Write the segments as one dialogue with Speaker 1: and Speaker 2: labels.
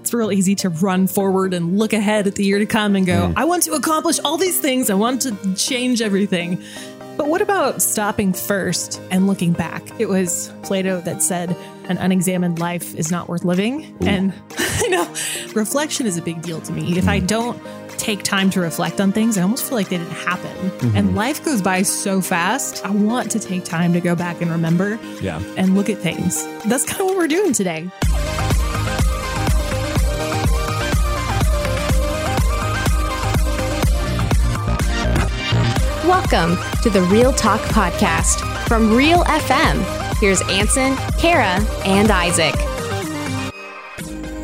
Speaker 1: It's real easy to run forward and look ahead at the year to come and go, I want to accomplish all these things. I want to change everything. But what about stopping first and looking back? It was Plato that said, an unexamined life is not worth living. And I know reflection is a big deal to me. If I don't take time to reflect on things, I almost feel like they didn't happen. And life goes by so fast. I want to take time to go back and remember
Speaker 2: Yeah.
Speaker 1: and look at things. That's kind of what we're doing today.
Speaker 3: Welcome to the Real Talk Podcast from Real FM. Here's Anson, Kara, and Isaac.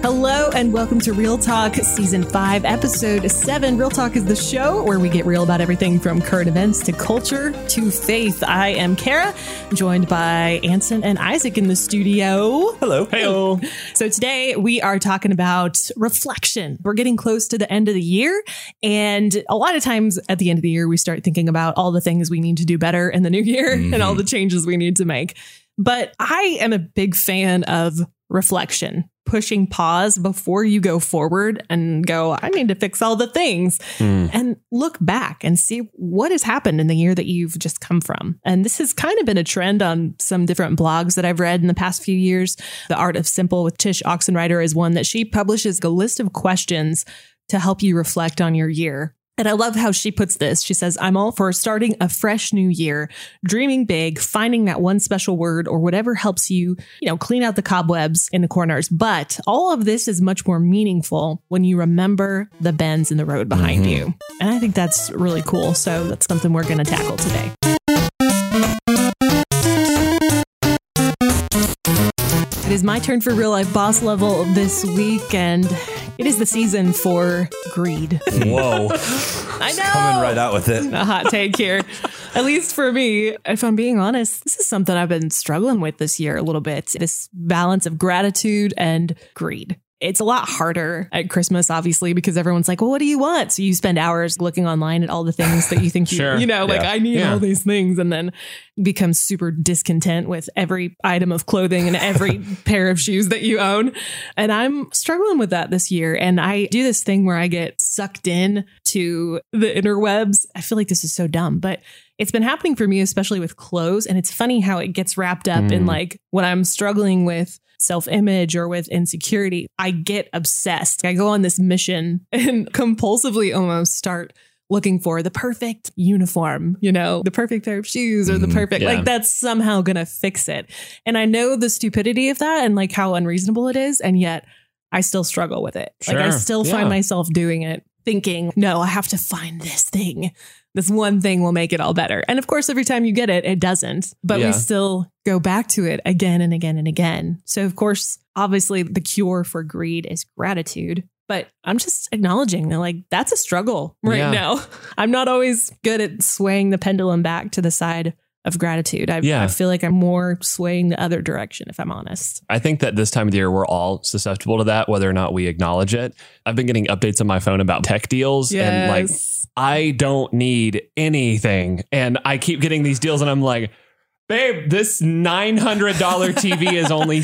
Speaker 1: Hello and welcome to Real Talk Season 5, Episode 7. Real Talk is the show where we get real about everything from current events to culture to faith. I am Kara, joined by Anson and Isaac in the studio.
Speaker 2: Hello. Hello.
Speaker 1: So today we are talking about reflection. We're getting close to the end of the year. And a lot of times at the end of the year, we start thinking about all the things we need to do better in the new year and all the changes we need to make. But I am a big fan of reflection, pushing pause before you go forward and go, I need to fix all the things and look back and see what has happened in the year that you've just come from. And this has kind of been a trend on some different blogs that I've read in the past few years. The Art of Simple with Tish Oxenrider is one that she publishes a list of questions to help you reflect on your year. And I love how she puts this. She says, I'm all for starting a fresh new year, dreaming big, finding that one special word or whatever helps you, you know, clean out the cobwebs in the corners. But all of this is much more meaningful when you remember the bends in the road behind you. And I think that's really cool. So that's something we're going to tackle today. It is my turn for real life boss level this week, and it is the season for greed.
Speaker 2: Whoa.
Speaker 1: I know.
Speaker 2: Coming right out with it.
Speaker 1: a hot take here. At least for me, if I'm being honest, this is something I've been struggling with this year a little bit this balance of gratitude and greed. It's a lot harder at Christmas, obviously, because everyone's like, well, what do you want? So you spend hours looking online at all the things that you think you,
Speaker 4: Sure.
Speaker 1: you know, like
Speaker 2: Yeah.
Speaker 1: I need
Speaker 4: Yeah.
Speaker 1: all these things. And then become super discontent with every item of clothing and every pair of shoes that you own. And I'm struggling with that this year. And I do this thing where I get sucked in to the interwebs. I feel like this is so dumb, but it's been happening for me, especially with clothes. And it's funny how it gets wrapped up in
Speaker 4: Mm.
Speaker 1: like when I'm struggling with self image or with insecurity, I get obsessed. I go on this mission and compulsively almost start looking for the perfect uniform, you know, the perfect pair of shoes or the
Speaker 2: Mhm.
Speaker 1: perfect,
Speaker 4: Mm-hmm. Yeah.
Speaker 1: like that's somehow going to fix it. And I know the stupidity of that and like how unreasonable it is. And yet I still struggle with it. Like I
Speaker 4: Sure.
Speaker 1: still find
Speaker 4: Yeah.
Speaker 1: myself doing it, thinking, no, I have to find this thing. This one thing will make it all better. And of course, every time you get it, it doesn't, but
Speaker 4: Yeah.
Speaker 1: we still go back to it again and again and again. So, of course, obviously, the cure for greed is gratitude. But I'm just acknowledging that, like, that's a struggle right
Speaker 4: Yeah.
Speaker 1: now. I'm not always good at swaying the pendulum back to the side of gratitude. I,
Speaker 4: Yeah.
Speaker 1: I feel like I'm more swaying the other direction, if I'm honest.
Speaker 4: I think that this time of the year, we're all susceptible to that, whether or not we acknowledge it. I've been getting updates on my phone about tech deals and like, I don't need anything. And I keep getting these deals and I'm like, babe, this $900 TV is only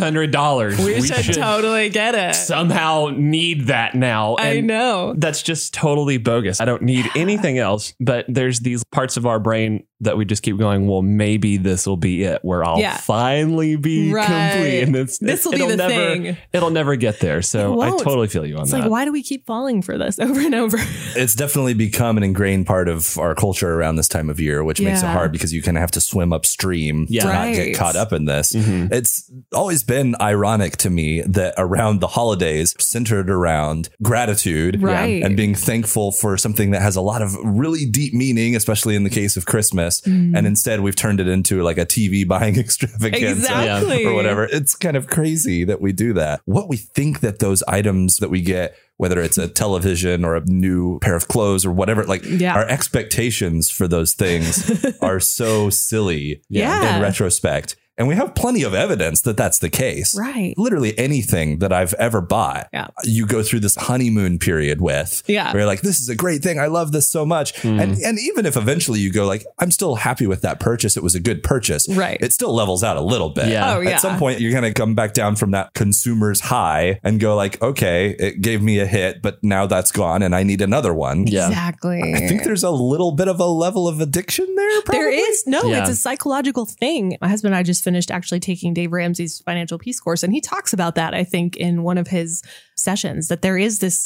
Speaker 4: $600.
Speaker 1: we, should, totally get it.
Speaker 4: somehow need that now.
Speaker 1: I
Speaker 4: And
Speaker 1: know.
Speaker 4: That's just totally bogus. I don't need anything else, but there's these parts of our brain that we just keep going, well, maybe this will be it where I'll
Speaker 1: Yeah.
Speaker 4: finally be
Speaker 1: Right.
Speaker 4: complete. And it's,
Speaker 1: This will be
Speaker 4: it'll
Speaker 1: the
Speaker 4: never,
Speaker 1: thing.
Speaker 4: It'll never get there.
Speaker 1: It
Speaker 4: So I
Speaker 1: won't.
Speaker 4: totally feel you on
Speaker 1: It's
Speaker 4: that.
Speaker 1: like, why do we keep falling for this over and over?
Speaker 2: It's definitely become an ingrained part of our culture around this time of year, which makes it
Speaker 1: Yeah.
Speaker 2: hard because you kind of have to swim upstream
Speaker 4: Yeah.
Speaker 2: to not
Speaker 1: Right.
Speaker 2: get caught up in this.
Speaker 4: Mhm.
Speaker 2: It's always been ironic to me that around the holidays, centered around gratitude
Speaker 1: Right.
Speaker 2: and being thankful for something that has a lot of really deep meaning, especially in the case of Christmas.
Speaker 1: Mm-hmm.
Speaker 2: And instead, we've turned it into like a TV buying extravaganza
Speaker 1: Exactly.
Speaker 2: or whatever. It's kind of crazy that we do that. What we think that those items that we get, whether it's a television or a new pair of clothes or whatever, like
Speaker 1: Yeah.
Speaker 2: our expectations for those things are so silly
Speaker 1: Yeah.
Speaker 2: in retrospect. And we have plenty of evidence that that's the case.
Speaker 1: Right.
Speaker 2: Literally anything that I've ever bought,
Speaker 1: Yeah.
Speaker 2: you go through this honeymoon period with.
Speaker 1: Yeah.
Speaker 2: Where you're like, this is a great thing. I love this so much.
Speaker 4: Hmm.
Speaker 2: And and even if eventually you go like, I'm still happy with that purchase. It was a good purchase.
Speaker 1: Right.
Speaker 2: It still levels out a little bit.
Speaker 4: Yeah.
Speaker 1: Oh, yeah.
Speaker 2: At some point, you're going to come back down from that consumer's high and go like, okay, it gave me a hit, but now that's gone and I need another one.
Speaker 4: Yeah.
Speaker 3: Exactly.
Speaker 2: I think there's a little bit of a level of addiction there. Probably.
Speaker 1: There is no,
Speaker 4: Yeah.
Speaker 1: it's a psychological thing. My husband and I just finished actually taking Dave Ramsey's financial peace course, and he talks about that, I think, in one of his sessions that there is this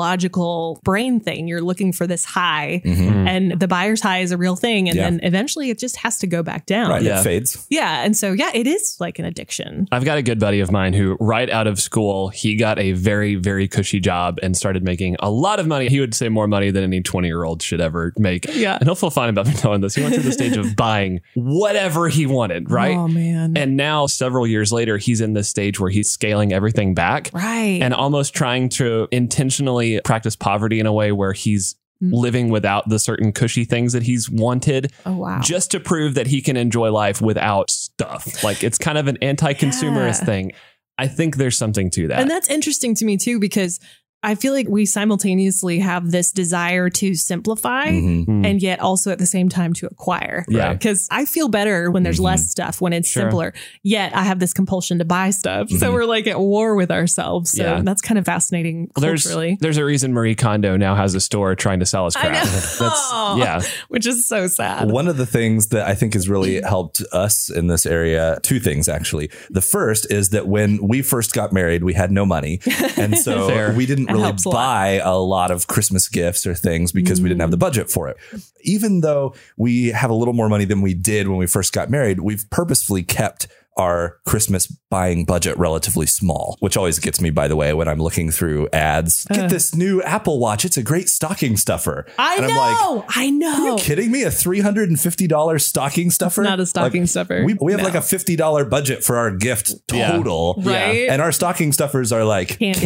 Speaker 1: psychological brain thing. You're looking for this high,
Speaker 4: Mm-hmm. Hmm.
Speaker 2: Mhm.
Speaker 1: and the buyer's high is a real thing. And
Speaker 2: Yeah.
Speaker 1: then eventually it just has to go back down.
Speaker 2: Right.
Speaker 4: Yeah.
Speaker 2: It fades.
Speaker 1: Yeah. And so, yeah, it is like an addiction.
Speaker 4: I've got a good buddy of mine who, right out of school, he got a very, very cushy job and started making a lot of money. He would say more money than any 20 year old should ever make.
Speaker 1: Yeah.
Speaker 4: And he'll feel fine about me knowing this. He went through the stage of buying whatever he wanted, right?
Speaker 1: Oh, man.
Speaker 4: And now, several years later, he's in this stage where he's scaling everything back
Speaker 1: right.
Speaker 4: and almost trying to intentionally practice poverty in a way where he's
Speaker 1: Mm.
Speaker 4: living without the certain cushy things that he's wanted
Speaker 1: oh, wow.
Speaker 4: just to prove that he can enjoy life without stuff. Like it's kind of an anti-consumerist
Speaker 1: Yeah.
Speaker 4: thing. I think there's something to that.
Speaker 1: And that's interesting to me too, because I feel like we simultaneously have this desire to simplify
Speaker 2: Mhm.
Speaker 4: Mm.
Speaker 1: and yet also at the same time to acquire.
Speaker 4: yeah. Mm-hmm.
Speaker 1: Because I feel better when there's
Speaker 2: Mhm.
Speaker 1: less stuff, when it's
Speaker 4: Sure. Mm-hmm.
Speaker 1: simpler. Yet I have this compulsion to buy stuff. So
Speaker 2: Mhm.
Speaker 1: we're like at war with ourselves. So
Speaker 4: Yeah.
Speaker 1: that's kind of fascinating
Speaker 4: Well, There's
Speaker 1: culturally,
Speaker 4: there's a reason Marie Kondo now has a store trying to sell his
Speaker 1: I
Speaker 4: crap.
Speaker 1: know.
Speaker 4: That's yeah.
Speaker 1: which is so sad.
Speaker 2: One of the things that I think has really helped us in this area, two things actually. The first is that when we first got married, we had no money. And
Speaker 4: Fair.
Speaker 2: so we didn't
Speaker 1: That
Speaker 2: really
Speaker 1: helps a lot.
Speaker 2: buy a lot of Christmas gifts or things because we didn't have the
Speaker 1: Mm.
Speaker 2: budget for it. Even though we have a little more money than we did when we first got married, we've purposefully kept our Christmas buying budget relatively small, which always gets me, by the way, when I'm looking through ads. Get this new Apple Watch. It's a great stocking stuffer.
Speaker 1: I
Speaker 2: and I'm like,
Speaker 1: know. I know.
Speaker 2: are you kidding me? A three hundred and fifty dollars stocking stuffer?
Speaker 1: Not a stocking
Speaker 2: Like,
Speaker 1: stuffer.
Speaker 2: We, we have
Speaker 1: No.
Speaker 2: like a fifty dollar budget for our gift
Speaker 4: Yeah.
Speaker 2: total,
Speaker 1: Right?
Speaker 2: And our stocking stuffers are like
Speaker 1: Candy.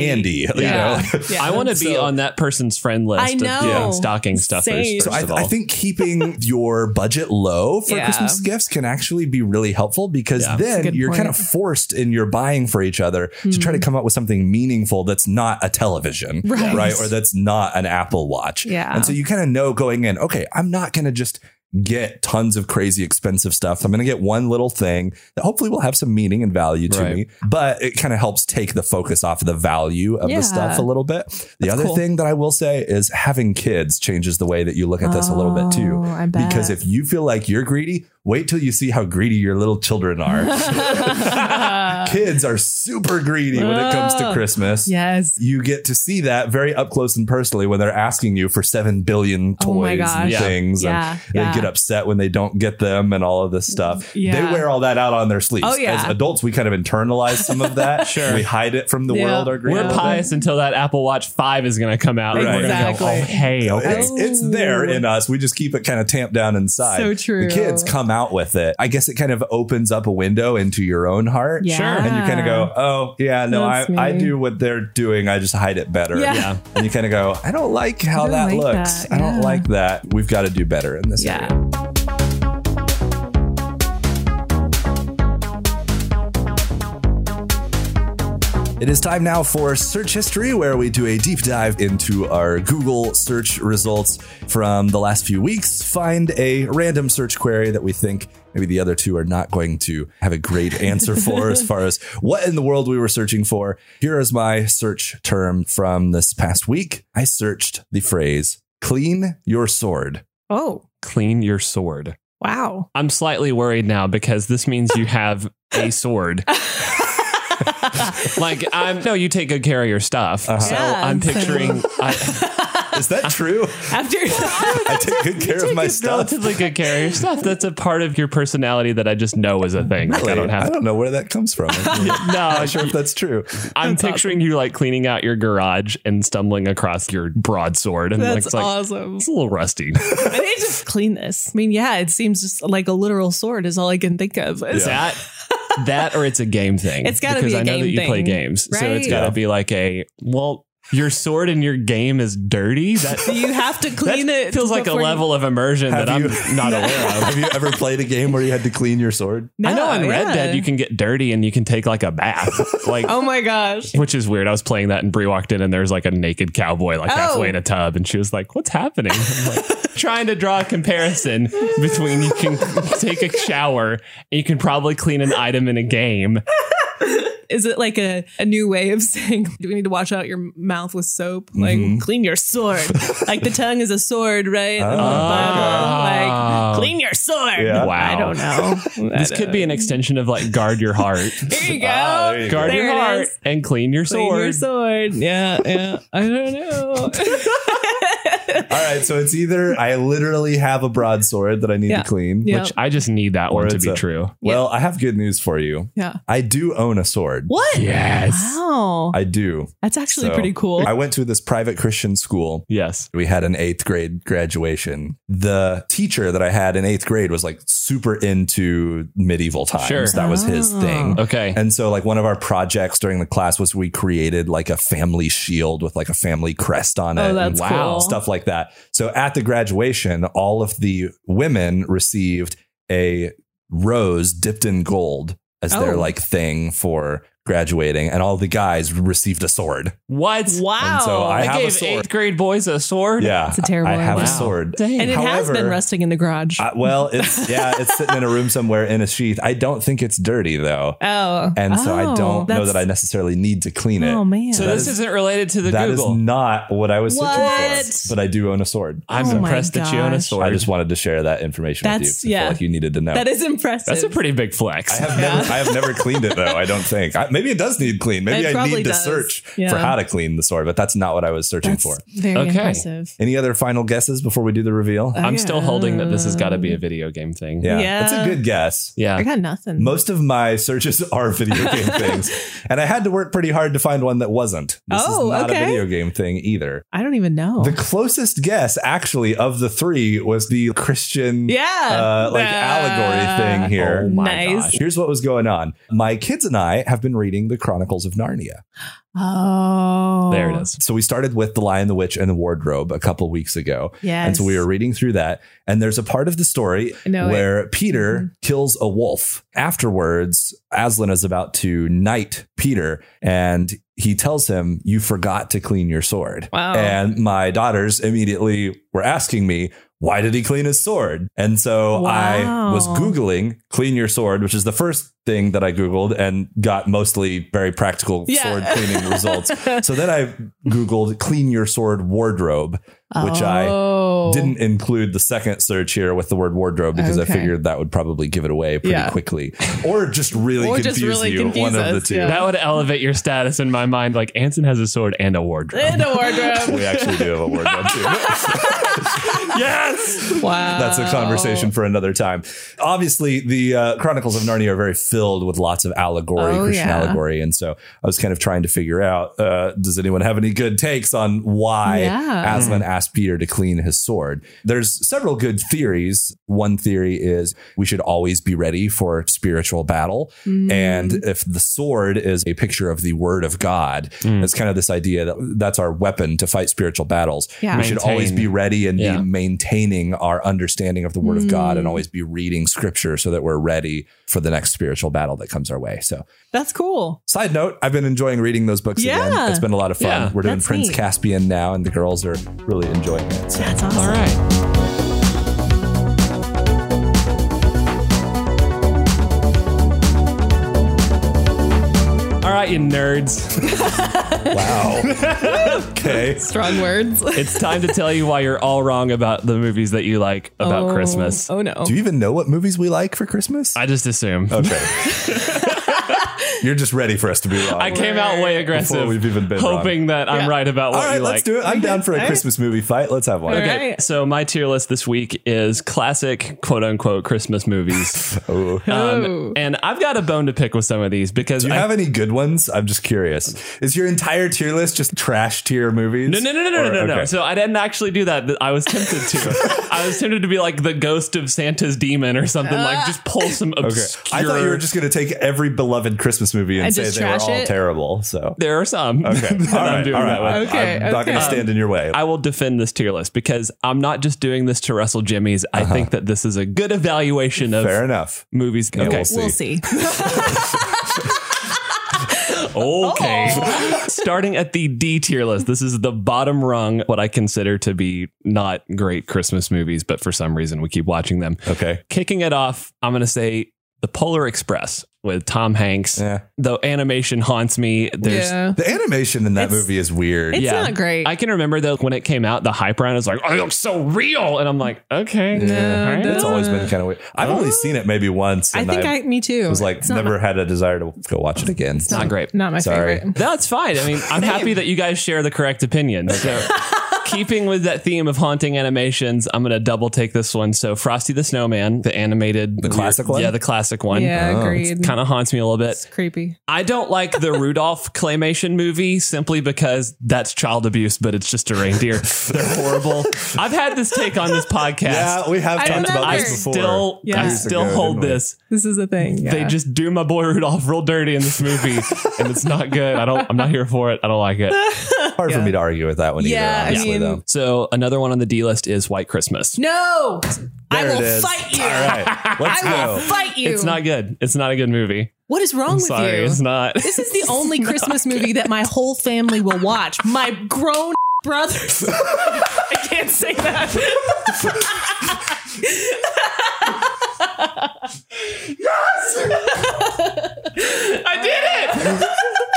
Speaker 2: candy.
Speaker 1: Yeah.
Speaker 2: You know?
Speaker 1: Yeah.
Speaker 4: I want to be
Speaker 2: So-
Speaker 4: on that person's friend list
Speaker 1: I know.
Speaker 4: of getting
Speaker 1: Yeah.
Speaker 4: stocking stuffers.
Speaker 1: Same.
Speaker 4: First
Speaker 2: So I,
Speaker 4: of all.
Speaker 2: I think keeping your budget low for
Speaker 1: Yeah.
Speaker 2: Christmas gifts can actually be really helpful because
Speaker 4: Yeah.
Speaker 1: That's a
Speaker 2: then
Speaker 1: good
Speaker 2: you're
Speaker 1: point. Hmm.
Speaker 2: kind of forced in your buying for each other to try to come up with something meaningful that's not a television,
Speaker 1: Right.
Speaker 2: right? Or that's not an Apple Watch.
Speaker 1: Yeah.
Speaker 2: And so you kind of know going in, okay, I'm not going to just get tons of crazy expensive stuff. I'm going to get one little thing that hopefully will have some meaning and value to
Speaker 4: Right.
Speaker 2: me, but it kind of helps take the focus off of the value of
Speaker 1: Yeah.
Speaker 2: the stuff a little bit. The
Speaker 1: That's
Speaker 2: other
Speaker 1: cool.
Speaker 2: thing that I will say is having kids changes the way that you look at this a little bit too.
Speaker 1: Oh, I bet.
Speaker 2: Because if you feel like you're greedy, wait till you see how greedy your little children are. Kids are super greedy when it comes to
Speaker 1: Oh.
Speaker 2: Christmas.
Speaker 1: yes.
Speaker 2: You get to see that very up close and personally when they're asking you for 7 billion toys
Speaker 1: Oh my
Speaker 2: and
Speaker 1: gosh.
Speaker 2: things.
Speaker 1: Yeah,
Speaker 2: And
Speaker 1: yeah. Mm,
Speaker 2: they get upset when they don't get them and all of this stuff.
Speaker 1: Yeah.
Speaker 2: They wear all that out on their sleeves.
Speaker 1: Oh, yeah.
Speaker 2: As adults, we kind of internalize some of that.
Speaker 4: Sure.
Speaker 2: We hide it from the
Speaker 1: Yeah.
Speaker 2: world. Our
Speaker 4: we're
Speaker 2: greedy-
Speaker 4: pious until that Apple Watch 5 is going to come out. And we're going to go,
Speaker 1: Exactly.
Speaker 4: oh, hey, okay.
Speaker 2: It's, it's there
Speaker 1: Oh.
Speaker 2: in us. We just keep it kind of tamped down inside.
Speaker 1: So true.
Speaker 2: The kids come out with it. I guess it kind of opens up a window into your own heart.
Speaker 1: Yeah. Sure.
Speaker 2: And you kind of go, oh, yeah, no, I,
Speaker 1: That's me.
Speaker 2: I do what they're doing. I just hide it better.
Speaker 1: Yeah.
Speaker 4: Yeah.
Speaker 2: And you kind of go, I don't like how
Speaker 1: don't
Speaker 2: that
Speaker 1: like
Speaker 2: looks.
Speaker 1: that.
Speaker 2: I don't
Speaker 1: Yeah.
Speaker 2: like that. We've got to do better in this
Speaker 1: Yeah.
Speaker 2: area. It is time now for search history, where we do a deep dive into our Google search results from the last few weeks. Find a random search query that we think maybe the other two are not going to have a great answer for as far as what in the world we were searching for. Here is my search term from this past week. I searched the phrase clean your sword.
Speaker 1: Oh,
Speaker 4: Clean your sword.
Speaker 1: wow.
Speaker 4: I'm slightly worried now because this means you have a sword. Like I'm no, you take good care of your stuff.
Speaker 2: Uh-huh.
Speaker 4: So
Speaker 1: Yeah,
Speaker 4: I'm
Speaker 1: so-
Speaker 4: picturing I,
Speaker 2: Is that true?
Speaker 1: After
Speaker 2: I take good care of my stuff.
Speaker 4: relatively good care of your stuff. That's a part of your personality that I just know is a thing. Like, I don't have to.
Speaker 2: know where that comes from. I'm
Speaker 4: No,
Speaker 2: not sure if that's true.
Speaker 4: I'm picturing you like cleaning out your garage and stumbling across your broadsword, and like,
Speaker 1: That's
Speaker 4: it's like
Speaker 1: awesome.
Speaker 4: it's a little rusty.
Speaker 1: I need to clean this. I mean, yeah, it seems just like a literal sword is all I can think of. It's-
Speaker 4: that that or it's a game thing.
Speaker 1: It's gotta
Speaker 4: Because
Speaker 1: be a
Speaker 4: I know
Speaker 1: game
Speaker 4: that you play
Speaker 1: thing,
Speaker 4: games, so it's
Speaker 1: right?
Speaker 4: got to
Speaker 2: Yeah.
Speaker 4: be like a well. your sword in your game is dirty. That
Speaker 1: You have to clean
Speaker 4: that
Speaker 1: it.
Speaker 4: feels like a
Speaker 1: before you-
Speaker 4: level of immersion that
Speaker 2: Have
Speaker 4: I'm
Speaker 2: you-
Speaker 4: not aware of.
Speaker 2: Have you ever played a game where you had to clean your sword?
Speaker 4: I know
Speaker 1: No,
Speaker 4: on Red
Speaker 1: yeah.
Speaker 4: Dead you can get dirty and you can take like a bath, like
Speaker 1: Oh my gosh.
Speaker 4: which is weird. I was playing that and Brie walked in and there was like a naked cowboy like
Speaker 1: Oh.
Speaker 4: halfway in a tub, and she was like, "What's happening?" I'm like, trying to draw a comparison between you can take a shower and you can probably clean an item in a game.
Speaker 1: Is it like a, a new way of saying, do we need to wash out your mouth with soap? Like,
Speaker 4: Mm-hmm.
Speaker 1: clean your sword. like, the tongue is a sword, right? In the Bible. Like, clean your sword.
Speaker 2: Ah. Yeah.
Speaker 4: Wow,
Speaker 1: I don't know.
Speaker 4: Ah. This could be an extension of like guard your heart,
Speaker 1: There you go.
Speaker 2: Ah, there you go.
Speaker 4: guard
Speaker 1: There
Speaker 4: your
Speaker 1: it
Speaker 4: heart,
Speaker 1: is.
Speaker 4: and clean your
Speaker 1: Clean
Speaker 4: sword.
Speaker 1: your sword. Yeah, yeah. I don't know.
Speaker 2: All right, so it's either I literally have a broadsword that I need
Speaker 1: Yeah.
Speaker 2: to clean.
Speaker 1: Yeah.
Speaker 4: Which I just need that
Speaker 2: Or
Speaker 4: one to
Speaker 2: it's
Speaker 4: be
Speaker 2: a-
Speaker 4: true.
Speaker 2: Well, I have good news for you.
Speaker 1: yeah.
Speaker 2: I do own a sword.
Speaker 1: What?
Speaker 4: Yes.
Speaker 1: Wow.
Speaker 2: I do.
Speaker 1: That's actually
Speaker 2: So,
Speaker 1: pretty cool.
Speaker 2: I went to this private Christian school.
Speaker 4: Yes.
Speaker 2: We had an eighth grade graduation. The teacher that I had in eighth grade was like super into medieval times.
Speaker 4: Sure.
Speaker 2: That was his
Speaker 1: Oh.
Speaker 2: thing.
Speaker 4: Okay.
Speaker 2: And so, like, one of our projects during the class was we created like a family shield with like a family crest on it.
Speaker 1: Oh,
Speaker 2: and
Speaker 1: that's
Speaker 4: wow,
Speaker 1: cool.
Speaker 2: stuff like that. So at the graduation, all of the women received a rose dipped in gold as their
Speaker 1: Oh.
Speaker 2: like thing for graduating, and all the guys received a sword.
Speaker 4: What?
Speaker 1: Wow.
Speaker 2: And so I
Speaker 4: They
Speaker 2: have a
Speaker 4: gave
Speaker 2: sword.
Speaker 4: eighth grade boys a sword.
Speaker 2: Yeah,
Speaker 1: It's a terrible
Speaker 2: I have a
Speaker 1: idea.
Speaker 4: Wow.
Speaker 2: sword.
Speaker 4: Dang.
Speaker 1: and it has been
Speaker 2: However-
Speaker 1: resting in the garage.
Speaker 2: Uh, well, it's yeah, it's sitting in a room somewhere in a sheath. I don't think it's dirty though,
Speaker 1: oh.
Speaker 2: and so I
Speaker 1: Oh,
Speaker 2: don't know
Speaker 1: that's-
Speaker 2: that I necessarily need to clean it.
Speaker 1: Oh, man.
Speaker 4: So
Speaker 2: That
Speaker 4: this
Speaker 2: is-
Speaker 4: is, not related to the
Speaker 2: That is
Speaker 4: Google.
Speaker 2: not what I was
Speaker 1: What?
Speaker 2: searching for, but I do own a sword.
Speaker 4: I'm
Speaker 1: Oh my
Speaker 4: impressed that you own a
Speaker 1: gosh.
Speaker 4: sword.
Speaker 2: I just wanted to share that information with you.
Speaker 1: That's-
Speaker 2: 'cause I feel
Speaker 1: yeah.
Speaker 2: like you needed to know.
Speaker 1: That is impressive.
Speaker 4: That's a pretty big flex.
Speaker 2: I have never, I have never cleaned it though. I don't think. I, maybe it does need clean. Maybe
Speaker 1: It
Speaker 2: I
Speaker 1: probably
Speaker 2: need to
Speaker 1: does.
Speaker 2: search
Speaker 1: Yeah.
Speaker 2: for how to clean the sword, but that's not what I was searching
Speaker 1: That's
Speaker 2: for.
Speaker 1: very
Speaker 4: Okay.
Speaker 1: impressive.
Speaker 2: Any other final guesses before we do the reveal?
Speaker 1: Uh,
Speaker 4: I'm still holding that this has got to be a
Speaker 1: Um,
Speaker 4: video game thing.
Speaker 2: yeah,
Speaker 1: yeah.
Speaker 2: that's a good guess.
Speaker 4: Yeah.
Speaker 1: I got nothing.
Speaker 2: Most of my searches are video game things, and I had to work pretty hard to find one that wasn't. This
Speaker 1: Oh,
Speaker 2: is not a
Speaker 1: okay. Oh.
Speaker 2: video game thing either.
Speaker 1: I don't even know.
Speaker 2: The closest guess, actually, of the three was the Christian,
Speaker 1: Yeah.
Speaker 2: uh, like
Speaker 1: Uh,
Speaker 2: allegory thing here.
Speaker 4: Oh my
Speaker 1: Nice.
Speaker 4: gosh.
Speaker 2: Here's what was going on. My kids and I have been reading the Chronicles of Narnia.
Speaker 1: oh.
Speaker 4: There it is.
Speaker 2: So we started with The Lion, the Witch, and the Wardrobe a couple weeks ago.
Speaker 1: Yes.
Speaker 2: And so we were reading through that. And there's a part of the story
Speaker 1: I know it. Mm-hmm.
Speaker 2: where Peter kills a wolf. Afterwards, Aslan is about to knight Peter and he tells him, You forgot to clean your sword.
Speaker 1: Wow.
Speaker 2: And my daughters immediately were asking me, Why did he clean his sword? And so I
Speaker 1: Wow.
Speaker 2: was Googling clean your sword, which is the first thing that I Googled and got mostly very practical
Speaker 1: Yeah.
Speaker 2: sword cleaning results. So then I Googled clean your sword wardrobe, which I
Speaker 1: Oh.
Speaker 2: didn't include the second search here with the word wardrobe because
Speaker 1: Okay.
Speaker 2: I figured that would probably give it away pretty
Speaker 1: Yeah.
Speaker 2: quickly, or just really
Speaker 1: Or
Speaker 2: confuse
Speaker 1: just really
Speaker 2: you.
Speaker 1: confuse
Speaker 2: one of
Speaker 1: us,
Speaker 2: the two.
Speaker 1: yeah.
Speaker 4: That would elevate your status in my mind. Like Anson has a sword and a wardrobe.
Speaker 1: In a wardrobe.
Speaker 2: We actually do have a wardrobe too.
Speaker 4: yes.
Speaker 1: wow.
Speaker 2: That's a
Speaker 1: Oh.
Speaker 2: conversation for another time. Obviously, the uh, Chronicles of Narnia are very filled with lots of allegory,
Speaker 1: Oh,
Speaker 2: Christian
Speaker 1: yeah.
Speaker 2: allegory, and so I was kind of trying to figure out: uh, Does anyone have any good takes on why
Speaker 1: Yeah.
Speaker 2: Aslan asked Peter to clean his sword? There's several good theories. One theory is we should always be ready for spiritual battle,
Speaker 1: Mm-hmm.
Speaker 2: and if the sword is a picture of the Word of God, it's kind of this idea that that's our weapon to fight spiritual battles.
Speaker 1: Yeah.
Speaker 2: We should always
Speaker 4: Maintain.
Speaker 2: be ready and
Speaker 4: Yeah.
Speaker 2: be maintaining our understanding of the word of God
Speaker 1: Mm.
Speaker 2: and always be reading scripture so that we're ready for the next spiritual battle that comes our way. So,
Speaker 1: That's cool.
Speaker 2: side note, I've been enjoying reading those books
Speaker 1: Yeah.
Speaker 2: again. It's been a lot of fun.
Speaker 4: Yeah.
Speaker 2: we're doing
Speaker 1: That's
Speaker 2: Prince
Speaker 1: neat.
Speaker 2: Caspian now, and the girls are really enjoying it. So,
Speaker 1: That's awesome.
Speaker 4: All right. All right, you nerds.
Speaker 2: wow. okay.
Speaker 1: Strong words.
Speaker 4: It's time to tell you why you're all wrong about the movies that you like about
Speaker 1: Oh.
Speaker 4: Christmas.
Speaker 1: Oh, no.
Speaker 2: Do you even know what movies we like for Christmas?
Speaker 4: I just assume.
Speaker 2: Oh, okay. You're just ready for us to be wrong.
Speaker 4: I came out way aggressive,
Speaker 2: Before we've even been
Speaker 4: hoping that I'm
Speaker 1: Yeah.
Speaker 4: right about
Speaker 2: All
Speaker 4: what
Speaker 2: right,
Speaker 4: you
Speaker 2: let's
Speaker 4: like.
Speaker 2: do it. I'm down for a Christmas movie fight. Let's have one.
Speaker 1: All
Speaker 4: Okay,
Speaker 1: right.
Speaker 4: so my tier list this week is classic quote unquote Christmas movies.
Speaker 2: Oh.
Speaker 1: Oh.
Speaker 4: Um, and I've got a bone to pick with some of these because
Speaker 2: Do you
Speaker 4: I,
Speaker 2: have any good ones? I'm just curious. Is your entire tier list just trash tier movies?
Speaker 4: no, no, no, no, no,
Speaker 2: Or-
Speaker 4: no, no.
Speaker 2: okay.
Speaker 4: So I didn't actually do that. I was tempted to. I was tempted to be like the ghost of Santa's demon or something. Like just pull some
Speaker 2: Okay.
Speaker 4: obscure.
Speaker 2: I thought you were just going to take every beloved Christmas this movie and
Speaker 1: And
Speaker 2: say
Speaker 1: just
Speaker 2: they were
Speaker 1: trash
Speaker 2: all
Speaker 1: it?
Speaker 2: terrible. So
Speaker 4: There are some.
Speaker 2: okay, all
Speaker 4: that I'm
Speaker 2: right,
Speaker 4: doing
Speaker 2: all
Speaker 4: that with.
Speaker 2: right.
Speaker 1: Okay,
Speaker 2: I'm not going to
Speaker 1: okay.
Speaker 2: stand in your way.
Speaker 4: I will defend this tier list because I'm not just doing this to wrestle Jimmy's. I think that this is a good evaluation of
Speaker 2: Uh-huh. Fair enough.
Speaker 4: movies.
Speaker 2: Yeah,
Speaker 4: okay.
Speaker 2: we'll see.
Speaker 1: We'll see.
Speaker 4: Okay. Starting at the D tier list, this is the bottom rung, what I consider to be not great Christmas movies, but for some reason we keep watching them.
Speaker 2: Okay.
Speaker 4: Kicking it off, I'm going to say The Polar Express with Tom Hanks.
Speaker 2: Yeah.
Speaker 4: The animation haunts me. There's.
Speaker 1: yeah.
Speaker 2: The animation in that
Speaker 1: It's-
Speaker 2: movie is weird.
Speaker 1: It's
Speaker 4: Yeah.
Speaker 1: not great.
Speaker 4: I can remember though when it came out, the hype around it was like, "Oh, it looks so real," and I'm like, "Okay,
Speaker 1: No,
Speaker 4: all right.
Speaker 2: It's
Speaker 1: duh.
Speaker 2: always been kind of weird. I've only seen it maybe once.
Speaker 1: uh, oh. I
Speaker 2: And
Speaker 1: think I, me too.
Speaker 2: It was like
Speaker 1: It's not
Speaker 2: never
Speaker 1: my-
Speaker 2: had a desire to go watch it again.
Speaker 4: not great.
Speaker 1: Not my
Speaker 2: Sorry.
Speaker 1: favorite.
Speaker 4: That's fine. I mean, I'm happy that you guys share the correct opinion. So, keeping with that theme of haunting animations, I'm going to double take this one. So, Frosty the Snowman, the animated,
Speaker 2: The classic one?
Speaker 4: yeah, the classic one,
Speaker 1: Yeah,
Speaker 2: Oh.
Speaker 1: agreed.
Speaker 4: kind of haunts me a little bit.
Speaker 1: It's creepy.
Speaker 4: I don't like the Rudolph claymation movie simply because that's child abuse, but it's just a reindeer. They're horrible. I've had this take on this podcast.
Speaker 2: Yeah, we have
Speaker 1: I
Speaker 2: talked about
Speaker 4: I
Speaker 1: remember.
Speaker 2: this before.
Speaker 4: still, I
Speaker 1: Years
Speaker 4: still
Speaker 2: ago,
Speaker 4: hold
Speaker 2: didn't we?
Speaker 4: this.
Speaker 1: This is the thing. Yeah.
Speaker 4: They just do my boy Rudolph real dirty in this movie, and it's not good. I don't. I'm not here for it. I don't like it.
Speaker 2: Hard for me to argue with that one
Speaker 1: Yeah, I
Speaker 2: either, honestly,
Speaker 1: mean-
Speaker 2: though.
Speaker 4: So another one on the D list is White Christmas.
Speaker 1: no. I
Speaker 2: There it
Speaker 1: will
Speaker 2: is.
Speaker 1: fight you.
Speaker 2: All right, let's
Speaker 1: I will
Speaker 2: go.
Speaker 1: fight you.
Speaker 4: It's not good. It's not a good movie.
Speaker 1: What is wrong
Speaker 4: I'm
Speaker 1: with
Speaker 4: sorry,
Speaker 1: you?
Speaker 4: it's not.
Speaker 1: This is the only Christmas movie that my whole family will watch. My grown brothers. I can't say that.
Speaker 4: I did it.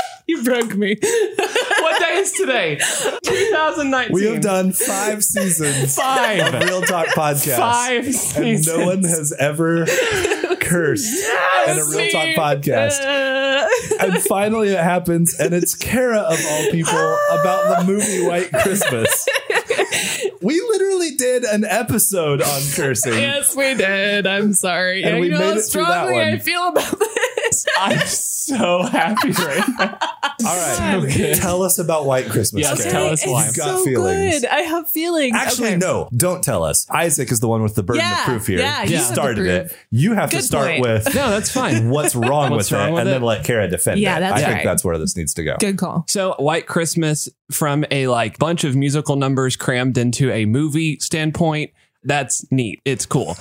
Speaker 1: you broke me.
Speaker 4: what day is today? 2019.
Speaker 2: We have done five seasons
Speaker 4: five.
Speaker 2: of Real Talk Podcast.
Speaker 4: Five
Speaker 2: And
Speaker 4: seasons.
Speaker 2: no one has ever cursed in a Real Talk Podcast. And finally it happens, and it's Kara of all people about the movie White Christmas. We literally did an episode on cursing.
Speaker 1: yes, we did. I'm sorry.
Speaker 2: And
Speaker 1: I
Speaker 2: we
Speaker 1: know
Speaker 2: made
Speaker 1: how
Speaker 2: it through that
Speaker 1: strongly I
Speaker 2: one.
Speaker 1: feel about this.
Speaker 4: I'm so happy right now.
Speaker 2: All right. Tell us about White Christmas.
Speaker 4: Yes,
Speaker 2: Kara.
Speaker 4: tell us why.
Speaker 2: You've
Speaker 1: It's
Speaker 2: got
Speaker 1: so
Speaker 2: feelings.
Speaker 1: good. I have feelings.
Speaker 2: Actually,
Speaker 1: Okay.
Speaker 2: no, don't tell us. Isaac is the one with the burden
Speaker 1: Yeah,
Speaker 2: of proof here.
Speaker 1: yeah,
Speaker 2: he
Speaker 1: you have the
Speaker 2: started
Speaker 1: proof.
Speaker 2: it. You have to
Speaker 1: Good
Speaker 2: start
Speaker 1: point.
Speaker 2: with
Speaker 4: No, that's fine.
Speaker 2: what's wrong
Speaker 4: What's
Speaker 2: with
Speaker 4: wrong
Speaker 2: it,
Speaker 4: with
Speaker 2: and
Speaker 4: it?
Speaker 2: then let Kara defend
Speaker 1: Yeah,
Speaker 2: it.
Speaker 1: that's
Speaker 2: I think
Speaker 1: right.
Speaker 2: that's where this needs to go.
Speaker 1: Good call.
Speaker 4: So White Christmas from a like bunch of musical numbers crammed into a movie standpoint. That's neat. It's cool.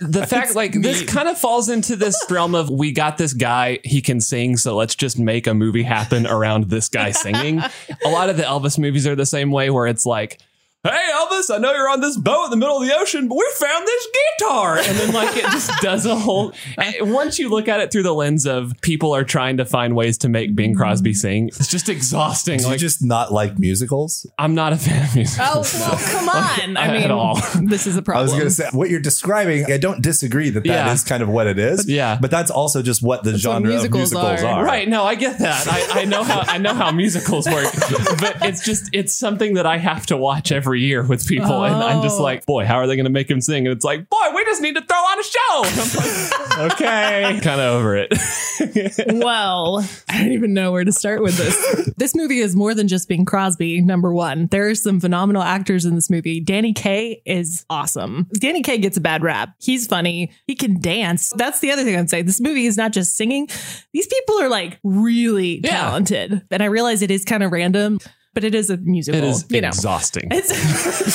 Speaker 4: The fact like this kind of falls into this realm of we got this guy, he can sing, so let's just make a movie happen around this guy singing. A lot of the Elvis movies are the same way where it's like Hey Elvis, I know you're on this boat in the middle of the ocean, but we found this guitar. And then like it just does a whole and once you look at it through the lens of people are trying to find ways to make Bing Crosby sing, it's just exhausting.
Speaker 2: Do you
Speaker 4: Like
Speaker 2: just not like musicals?
Speaker 4: I'm not a fan of music.
Speaker 1: Oh, well, come on. I
Speaker 4: At
Speaker 1: mean,
Speaker 4: all.
Speaker 1: this is a
Speaker 2: I
Speaker 1: problem.
Speaker 2: was going to say what you're describing. I don't disagree that that is
Speaker 4: Yeah.
Speaker 2: kind of what it is.
Speaker 4: Yeah.
Speaker 2: but that's also just what the
Speaker 1: what
Speaker 2: genre of
Speaker 1: musicals
Speaker 2: musicals are.
Speaker 1: are.
Speaker 4: Right, no, I get that. I, I know how I know how musicals work, but it's just it's something that I have to watch every year with people, and I'm just
Speaker 1: Oh.
Speaker 4: like, boy, how are they going to make him sing? And it's like, boy, we just need to throw on a show. And I'm like, okay, kind of over it.
Speaker 1: well, I don't even know where to start with this. this movie is more than just being Crosby, number one. There are some phenomenal actors in this movie. Danny Kaye is awesome. Danny Kaye gets a bad rap. He's funny. He can dance. That's the other thing I'd say. This movie is not just singing. These people are like really
Speaker 4: Yeah.
Speaker 1: talented. And I realize it is kind of random, but it is a musical.
Speaker 4: It is
Speaker 1: you know.
Speaker 4: exhausting.
Speaker 1: It's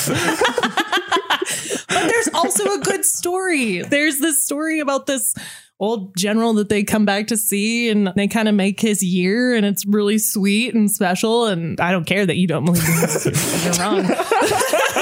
Speaker 1: but there's also a good story. There's this story about this old general that they come back to see and they kind of make his year and it's really sweet and special and I don't care that you don't believe me. You're wrong.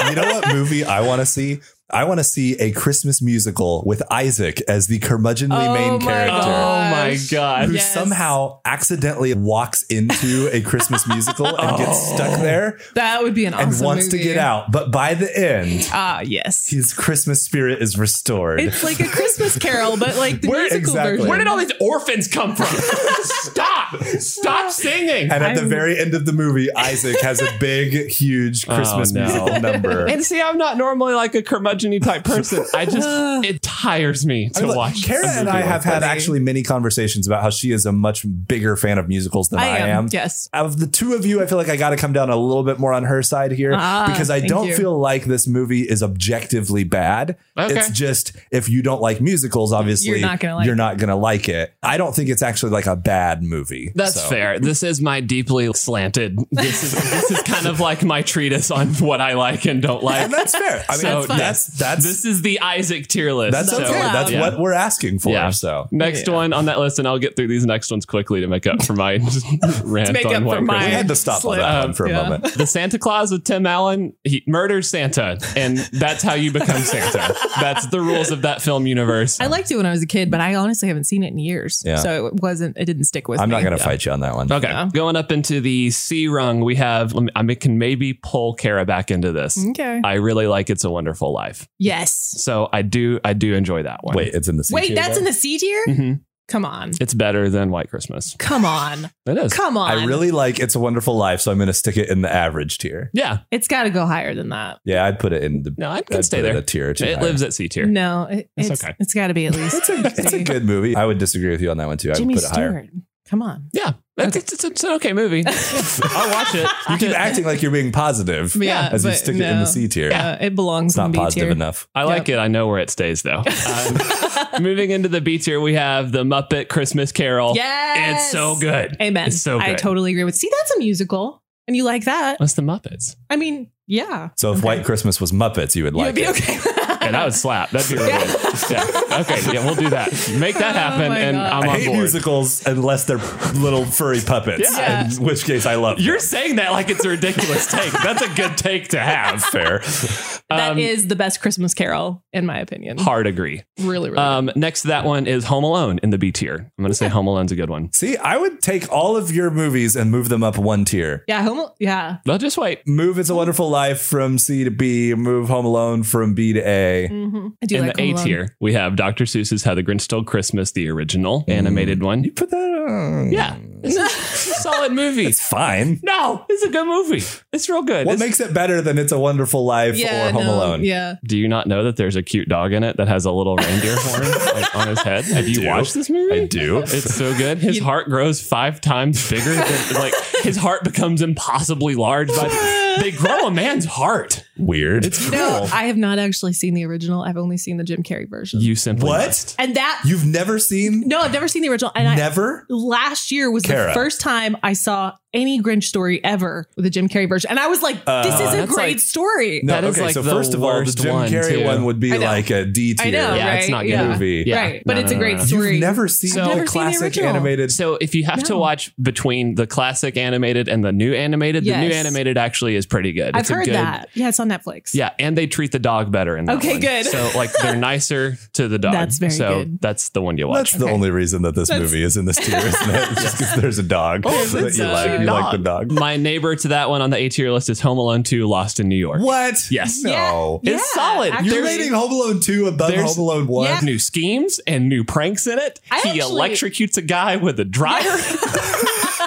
Speaker 2: you know what movie I want to see? I want to see a Christmas musical with Isaac as the curmudgeonly
Speaker 1: Oh
Speaker 2: main
Speaker 1: my
Speaker 2: character.
Speaker 1: God.
Speaker 4: Oh my
Speaker 1: Gosh.
Speaker 4: god.
Speaker 2: who
Speaker 1: Yes.
Speaker 2: somehow accidentally walks into a Christmas musical and gets stuck there
Speaker 1: That would be an
Speaker 2: and
Speaker 1: awesome
Speaker 2: wants to
Speaker 1: movie.
Speaker 2: get out. But by the end,
Speaker 1: Ah, yes.
Speaker 2: his Christmas spirit is restored.
Speaker 1: It's like a Christmas carol, but like the
Speaker 2: Where-
Speaker 1: musical
Speaker 2: exactly.
Speaker 1: version.
Speaker 4: Where did all these orphans come from? Stop! Stop singing!
Speaker 2: and at the
Speaker 1: I'm-
Speaker 2: very end of the movie, Isaac has a big, huge Christmas
Speaker 1: Oh,
Speaker 4: no.
Speaker 2: musical number.
Speaker 4: And see, I'm not normally like a curmudgeon type person. I just it tires me
Speaker 2: I
Speaker 4: to
Speaker 2: mean, look,
Speaker 4: watch. a
Speaker 2: Kara and
Speaker 4: movie
Speaker 2: I
Speaker 4: like
Speaker 2: have had
Speaker 4: that.
Speaker 2: actually many conversations about how she is a much bigger fan of musicals than I,
Speaker 1: I am, yes.
Speaker 2: Out of the two of you, I feel like I got to come down a little bit more on her side here
Speaker 1: Ah,
Speaker 2: because I
Speaker 1: thank
Speaker 2: don't
Speaker 1: you.
Speaker 2: feel like this movie is objectively bad.
Speaker 4: Okay.
Speaker 2: It's just if you don't like musicals, obviously
Speaker 1: You're not gonna like
Speaker 2: you're
Speaker 1: it.
Speaker 2: not gonna like it. I don't think it's actually like a bad movie.
Speaker 4: That's
Speaker 2: So-
Speaker 4: fair. This is my deeply slanted. This is this is kind of like my treatise on what I like and don't like.
Speaker 2: And that's fair. I mean,
Speaker 4: So,
Speaker 2: that's that's
Speaker 4: This is the Isaac tier list.
Speaker 2: that's
Speaker 4: so-
Speaker 2: okay. That's
Speaker 4: yeah.
Speaker 2: what we're asking for. So
Speaker 4: next
Speaker 1: Yeah.
Speaker 4: one on that list, and I'll get through these next ones quickly to make up for my rant
Speaker 1: make
Speaker 4: on
Speaker 1: up for
Speaker 4: White Christmas.
Speaker 2: we
Speaker 1: mine.
Speaker 2: had to stop on
Speaker 1: Slip.
Speaker 2: that one for
Speaker 1: Yeah.
Speaker 2: a moment.
Speaker 4: the Santa Claus with Tim Allen, he murders Santa, and that's how you become Santa. That's the rules of that film universe.
Speaker 1: I liked it when I was a kid, but I honestly haven't seen it in years.
Speaker 2: Yeah.
Speaker 1: So it wasn't, it didn't stick with
Speaker 2: I'm
Speaker 1: me.
Speaker 2: not gonna fight you on that one.
Speaker 4: Okay, going up into the C rung, we have. lemme- I can maybe pull Kara back into this.
Speaker 1: Okay.
Speaker 4: I really like It's a Wonderful Life,
Speaker 1: yes.
Speaker 4: so I do. I do enjoy that one.
Speaker 2: Wait, it's in the C
Speaker 1: Wait,
Speaker 2: tier,
Speaker 1: that's
Speaker 2: though?
Speaker 1: in the C tier?
Speaker 4: Mhm.
Speaker 1: Come on.
Speaker 4: it's better than White Christmas.
Speaker 1: Come on.
Speaker 4: It is.
Speaker 1: Come on.
Speaker 2: I really like It's a Wonderful Life, so I'm going to stick it in the average tier.
Speaker 4: Yeah,
Speaker 1: it's got to go higher than that.
Speaker 2: Yeah, I'd put it in the.
Speaker 4: no, I
Speaker 2: I'd
Speaker 4: can stay
Speaker 2: put it
Speaker 4: there.
Speaker 2: A tier or two
Speaker 4: It
Speaker 2: higher.
Speaker 4: lives at C tier.
Speaker 1: No, it,
Speaker 4: It's
Speaker 1: it's,
Speaker 4: okay.
Speaker 1: It's got to be at least.
Speaker 2: It's a it's a good movie. I would disagree with you on that one too. I
Speaker 1: Jimmy
Speaker 2: would put it higher.
Speaker 1: Stewart. Come on.
Speaker 4: Yeah, it's, it's, it's, it's an okay movie. I'll watch it.
Speaker 2: You keep acting like you're being positive
Speaker 1: Yeah,
Speaker 2: as you
Speaker 1: but
Speaker 2: stick it in
Speaker 1: no.
Speaker 2: the C tier.
Speaker 1: Yeah, it belongs
Speaker 2: It's
Speaker 1: in
Speaker 2: not
Speaker 1: B
Speaker 2: positive
Speaker 1: tier.
Speaker 2: enough.
Speaker 4: I like it. I know where it stays though. Um, moving into the B tier, we have the Muppet Christmas Carol.
Speaker 1: Yes.
Speaker 4: it's so good.
Speaker 1: Amen.
Speaker 4: It's so good.
Speaker 1: I totally agree with. See, that's a musical, and you like that.
Speaker 4: What's the Muppets?
Speaker 1: I mean, yeah.
Speaker 2: So if White Christmas was Muppets, you would
Speaker 1: You'd
Speaker 2: like
Speaker 1: be
Speaker 2: it.
Speaker 1: okay.
Speaker 4: Yeah, that would slap. That'd be really good. Yeah. Okay. Yeah, we'll do that. Make that happen,
Speaker 1: Oh my
Speaker 4: and
Speaker 1: God.
Speaker 4: I'm
Speaker 2: I
Speaker 4: on
Speaker 2: hate
Speaker 4: board.
Speaker 2: musicals unless they're little furry puppets.
Speaker 1: Yeah.
Speaker 2: In which case, I love.
Speaker 4: You're saying that like it's a ridiculous take. That's a good take to have.
Speaker 2: fair. Um,
Speaker 1: that is the best Christmas Carol, in my opinion.
Speaker 4: Hard agree.
Speaker 1: Really, really.
Speaker 2: Uh,
Speaker 4: Um, next to that one is Home Alone in the B tier. I'm going to say Home Alone's a good one.
Speaker 2: See, I would take all of your movies and move them up one tier.
Speaker 1: yeah, home. Yeah,
Speaker 4: Well, just wait.
Speaker 2: Move It's a Wonderful Life from C to B. Move Home Alone from B to A.
Speaker 1: I do
Speaker 4: in
Speaker 1: like
Speaker 4: the A
Speaker 1: Home Alone.
Speaker 4: tier, we have Dr. Seuss's How the Grinch Stole Christmas, the original animated one.
Speaker 2: Put that on.
Speaker 4: Yeah, this is a solid movie.
Speaker 2: It's fine.
Speaker 4: No, it's a good movie. It's real good.
Speaker 2: What
Speaker 4: It's-
Speaker 2: makes it better than It's a Wonderful Life
Speaker 1: Yeah,
Speaker 2: or Home
Speaker 1: no,
Speaker 2: Alone?
Speaker 1: Yeah,
Speaker 4: Do you not know that there's a cute dog in it that has a little reindeer horn like, on his head? Have you
Speaker 2: do.
Speaker 4: watched this movie?
Speaker 2: I do.
Speaker 4: It's so good. His heart grows five times bigger. Than, like his heart becomes impossibly large. By the, they grow a man's heart.
Speaker 2: Weird. It's
Speaker 1: no, I have not actually seen the original. I've only seen the Jim Carrey version.
Speaker 4: You simply
Speaker 2: what?
Speaker 4: must.
Speaker 1: and that
Speaker 2: You've never seen?
Speaker 1: no, I've never seen the original. And I,
Speaker 2: Never?
Speaker 1: last year was
Speaker 2: Kara.
Speaker 1: the first time I saw any Grinch story ever with the Jim Carrey version, and I was like, "This is a
Speaker 4: that's
Speaker 1: great
Speaker 4: like-
Speaker 1: story."
Speaker 2: Uh, No,
Speaker 4: That is
Speaker 2: okay,
Speaker 4: like
Speaker 2: so
Speaker 4: the
Speaker 2: first of all, the
Speaker 4: worst
Speaker 2: Jim
Speaker 4: one,
Speaker 2: Carrey
Speaker 4: too.
Speaker 2: one would be
Speaker 1: I know.
Speaker 2: like a D
Speaker 1: I know,
Speaker 2: tier
Speaker 4: Yeah, it's
Speaker 1: right?
Speaker 4: not good
Speaker 1: Yeah.
Speaker 2: movie.
Speaker 4: Yeah.
Speaker 1: Right, but
Speaker 4: No,
Speaker 1: it's
Speaker 4: no,
Speaker 1: a
Speaker 4: no,
Speaker 1: great
Speaker 4: no.
Speaker 1: story.
Speaker 2: You've never seen
Speaker 4: So- I've
Speaker 2: the
Speaker 1: never seen the
Speaker 2: classic
Speaker 1: original.
Speaker 2: animated.
Speaker 4: So if you have to
Speaker 1: No.
Speaker 4: watch between the classic animated and the new animated, the new
Speaker 1: Yes.
Speaker 4: animated actually is pretty good.
Speaker 1: I've
Speaker 4: It's a
Speaker 1: heard
Speaker 4: good-
Speaker 1: that. Yeah, it's on Netflix.
Speaker 4: Yeah, and they treat the dog better in that
Speaker 1: Okay,
Speaker 4: one.
Speaker 1: good.
Speaker 4: So like they're nicer to the dog.
Speaker 1: That's very
Speaker 4: so
Speaker 1: good.
Speaker 4: that's the one you watch.
Speaker 2: That's the only reason that this movie is in this tier, isn't it? Just because there's a dog
Speaker 1: Oh,
Speaker 2: that
Speaker 4: it's
Speaker 2: you
Speaker 4: a
Speaker 2: like. You like the dog.
Speaker 4: My neighbor to that one on the A tier list is Home Alone 2 Lost in New York.
Speaker 2: What?
Speaker 4: Yes.
Speaker 2: No.
Speaker 1: Yeah,
Speaker 4: It's solid.
Speaker 1: actually-
Speaker 2: You're rating Home Alone 2 above
Speaker 4: There's-
Speaker 2: Home Alone 1?
Speaker 1: Yeah.
Speaker 4: New schemes and new pranks in it.
Speaker 1: I
Speaker 4: he
Speaker 1: actually-
Speaker 4: electrocutes a guy with a dryer.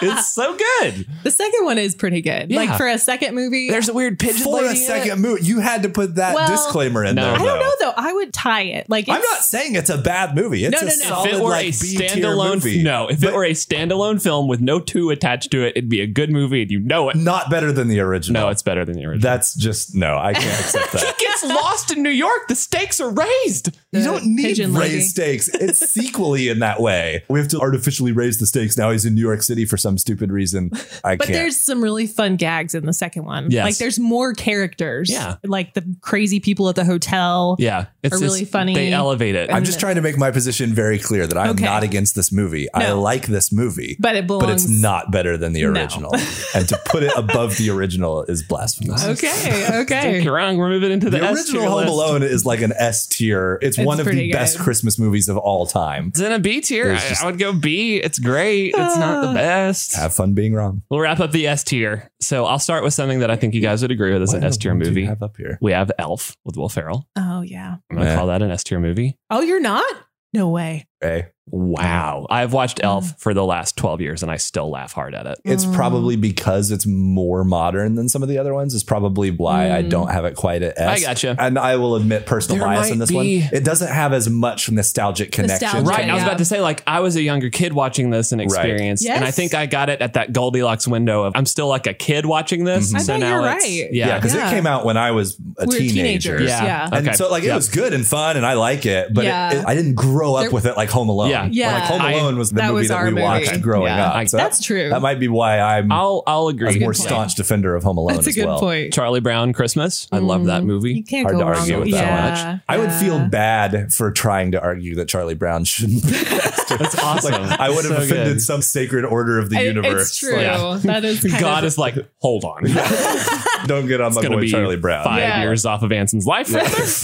Speaker 4: it's so good.
Speaker 1: The second one is pretty good.
Speaker 4: Yeah.
Speaker 1: Like for a second movie,
Speaker 4: a weird pigeon
Speaker 2: For a
Speaker 4: lady in it.
Speaker 2: second movie, you had to put that
Speaker 1: Well,
Speaker 2: disclaimer in
Speaker 4: No.
Speaker 2: there.
Speaker 4: I
Speaker 1: I
Speaker 2: though.
Speaker 1: don't know though. I would tie it. Like
Speaker 2: I'm
Speaker 1: it's-
Speaker 2: not saying it's a bad movie. It's
Speaker 1: No, no,
Speaker 2: a
Speaker 1: no. If
Speaker 2: solid
Speaker 4: If it were
Speaker 2: like
Speaker 4: a
Speaker 2: B-tier
Speaker 4: standalone,
Speaker 2: movie.
Speaker 4: no. If it were a standalone film with no two attached to it, it'd be a good movie, and you know it.
Speaker 2: Not better than the original.
Speaker 4: No, it's better than the original.
Speaker 2: that's just no. I can't accept that.
Speaker 4: gets lost in New York. The stakes are raised.
Speaker 2: You don't need
Speaker 1: Pigeon
Speaker 2: raised
Speaker 1: lady.
Speaker 2: stakes. It's sequely in that way. We have to artificially raise the stakes. Now he's in New York City for some stupid reason. I
Speaker 1: But
Speaker 2: can't.
Speaker 1: there's some really fun gags in the second one.
Speaker 4: Yes.
Speaker 1: Like there's more characters.
Speaker 4: Yeah.
Speaker 1: Like the crazy people at the hotel.
Speaker 4: Yeah, it's
Speaker 1: Are really funny.
Speaker 4: They elevate it.
Speaker 2: I'm just trying to make my position very clear that I'm
Speaker 1: Okay.
Speaker 2: not against this movie. I
Speaker 1: No.
Speaker 2: like this movie,
Speaker 1: But it
Speaker 2: but it's
Speaker 1: belongs-
Speaker 2: not better than the
Speaker 1: No.
Speaker 2: original. and to put it above the original is blasphemous.
Speaker 1: Okay.
Speaker 4: Think
Speaker 1: Okay.
Speaker 4: you're wrong. We're moving into the,
Speaker 2: The
Speaker 4: S
Speaker 2: original
Speaker 4: tier
Speaker 2: Home
Speaker 4: list.
Speaker 2: Alone is like an S tier. It's, one of the
Speaker 1: pretty
Speaker 2: best
Speaker 1: good.
Speaker 2: Christmas movies of all time.
Speaker 4: It's in a B tier. I, I would go B. It's great. It's not the best.
Speaker 2: Have fun being wrong.
Speaker 4: Ah. We'll wrap up the S tier. So I'll start with something that I think you guys would agree with as an S tier
Speaker 2: What do you
Speaker 4: movie.
Speaker 2: have up here.
Speaker 4: We have Elf with Will Ferrell.
Speaker 1: oh yeah.
Speaker 4: I'm gonna
Speaker 2: Yeah.
Speaker 4: call that an S tier movie.
Speaker 1: Oh, you're not? No way.
Speaker 2: Hey,
Speaker 4: Wow. I've watched Elf for the last 12 years and I still laugh hard at it.
Speaker 2: it's
Speaker 1: Mm.
Speaker 2: probably because it's more modern than some of the other ones. It's probably why
Speaker 1: Mm.
Speaker 2: I don't have it quite at S.
Speaker 4: I gotcha.
Speaker 2: And I will admit personal
Speaker 4: There
Speaker 2: bias
Speaker 4: might
Speaker 2: in this
Speaker 4: be-
Speaker 2: one. It doesn't have as much nostalgic connection.
Speaker 1: Nostalgia,
Speaker 4: Right. I was
Speaker 1: Yeah.
Speaker 4: about to say, like, I was a younger kid watching this and experienced. And I
Speaker 1: Yes.
Speaker 4: think I got it at that Goldilocks window of I'm still like a kid watching this.
Speaker 1: I
Speaker 4: So
Speaker 1: bet
Speaker 4: now
Speaker 1: you're
Speaker 4: it's,
Speaker 1: right.
Speaker 2: Mm-hmm. Yeah,
Speaker 4: Yeah.
Speaker 2: because
Speaker 1: Yeah.
Speaker 2: it came out when I was
Speaker 1: We
Speaker 2: a
Speaker 1: were
Speaker 2: teenager.
Speaker 1: teenagers. Yeah.
Speaker 2: And
Speaker 4: Okay.
Speaker 2: so like it
Speaker 4: Yeah.
Speaker 2: was good and fun and I like it, but it-
Speaker 1: Yeah.
Speaker 2: it- I didn't grow up
Speaker 1: There-
Speaker 2: with it like Home Alone.
Speaker 4: Yeah.
Speaker 1: Yeah.
Speaker 2: Like Home
Speaker 4: I-
Speaker 2: Alone was the
Speaker 1: that
Speaker 2: movie
Speaker 1: was
Speaker 2: that
Speaker 1: our
Speaker 2: we
Speaker 1: movie.
Speaker 2: watched growing
Speaker 1: Yeah.
Speaker 2: up.
Speaker 4: I-
Speaker 2: that-
Speaker 1: That's true.
Speaker 2: That might be why I'm
Speaker 4: I'll I'll agree.
Speaker 2: a more
Speaker 1: point.
Speaker 2: staunch defender of Home Alone
Speaker 1: That's a
Speaker 2: as
Speaker 1: good
Speaker 2: well.
Speaker 1: point. Mm-hmm.
Speaker 4: Charlie Brown Christmas. I love that
Speaker 1: You
Speaker 4: movie.
Speaker 1: can't
Speaker 2: Hard
Speaker 1: go
Speaker 2: to
Speaker 1: wrong
Speaker 2: argue with
Speaker 1: yeah.
Speaker 2: that much. I would feel bad for trying to argue that Charlie Brown shouldn't.
Speaker 4: That's awesome.
Speaker 2: I would have
Speaker 4: So
Speaker 2: offended
Speaker 4: good.
Speaker 2: some sacred order of the
Speaker 1: I-
Speaker 2: universe.
Speaker 1: It's true.
Speaker 2: Like,
Speaker 4: Yeah.
Speaker 1: That is kind
Speaker 4: God
Speaker 1: of,
Speaker 4: is like, hold on.
Speaker 2: don't get on
Speaker 4: It's
Speaker 2: my
Speaker 4: gonna
Speaker 2: boy
Speaker 4: be
Speaker 2: Charlie Brown.
Speaker 4: five
Speaker 1: Yeah.
Speaker 4: years off of Anson's life.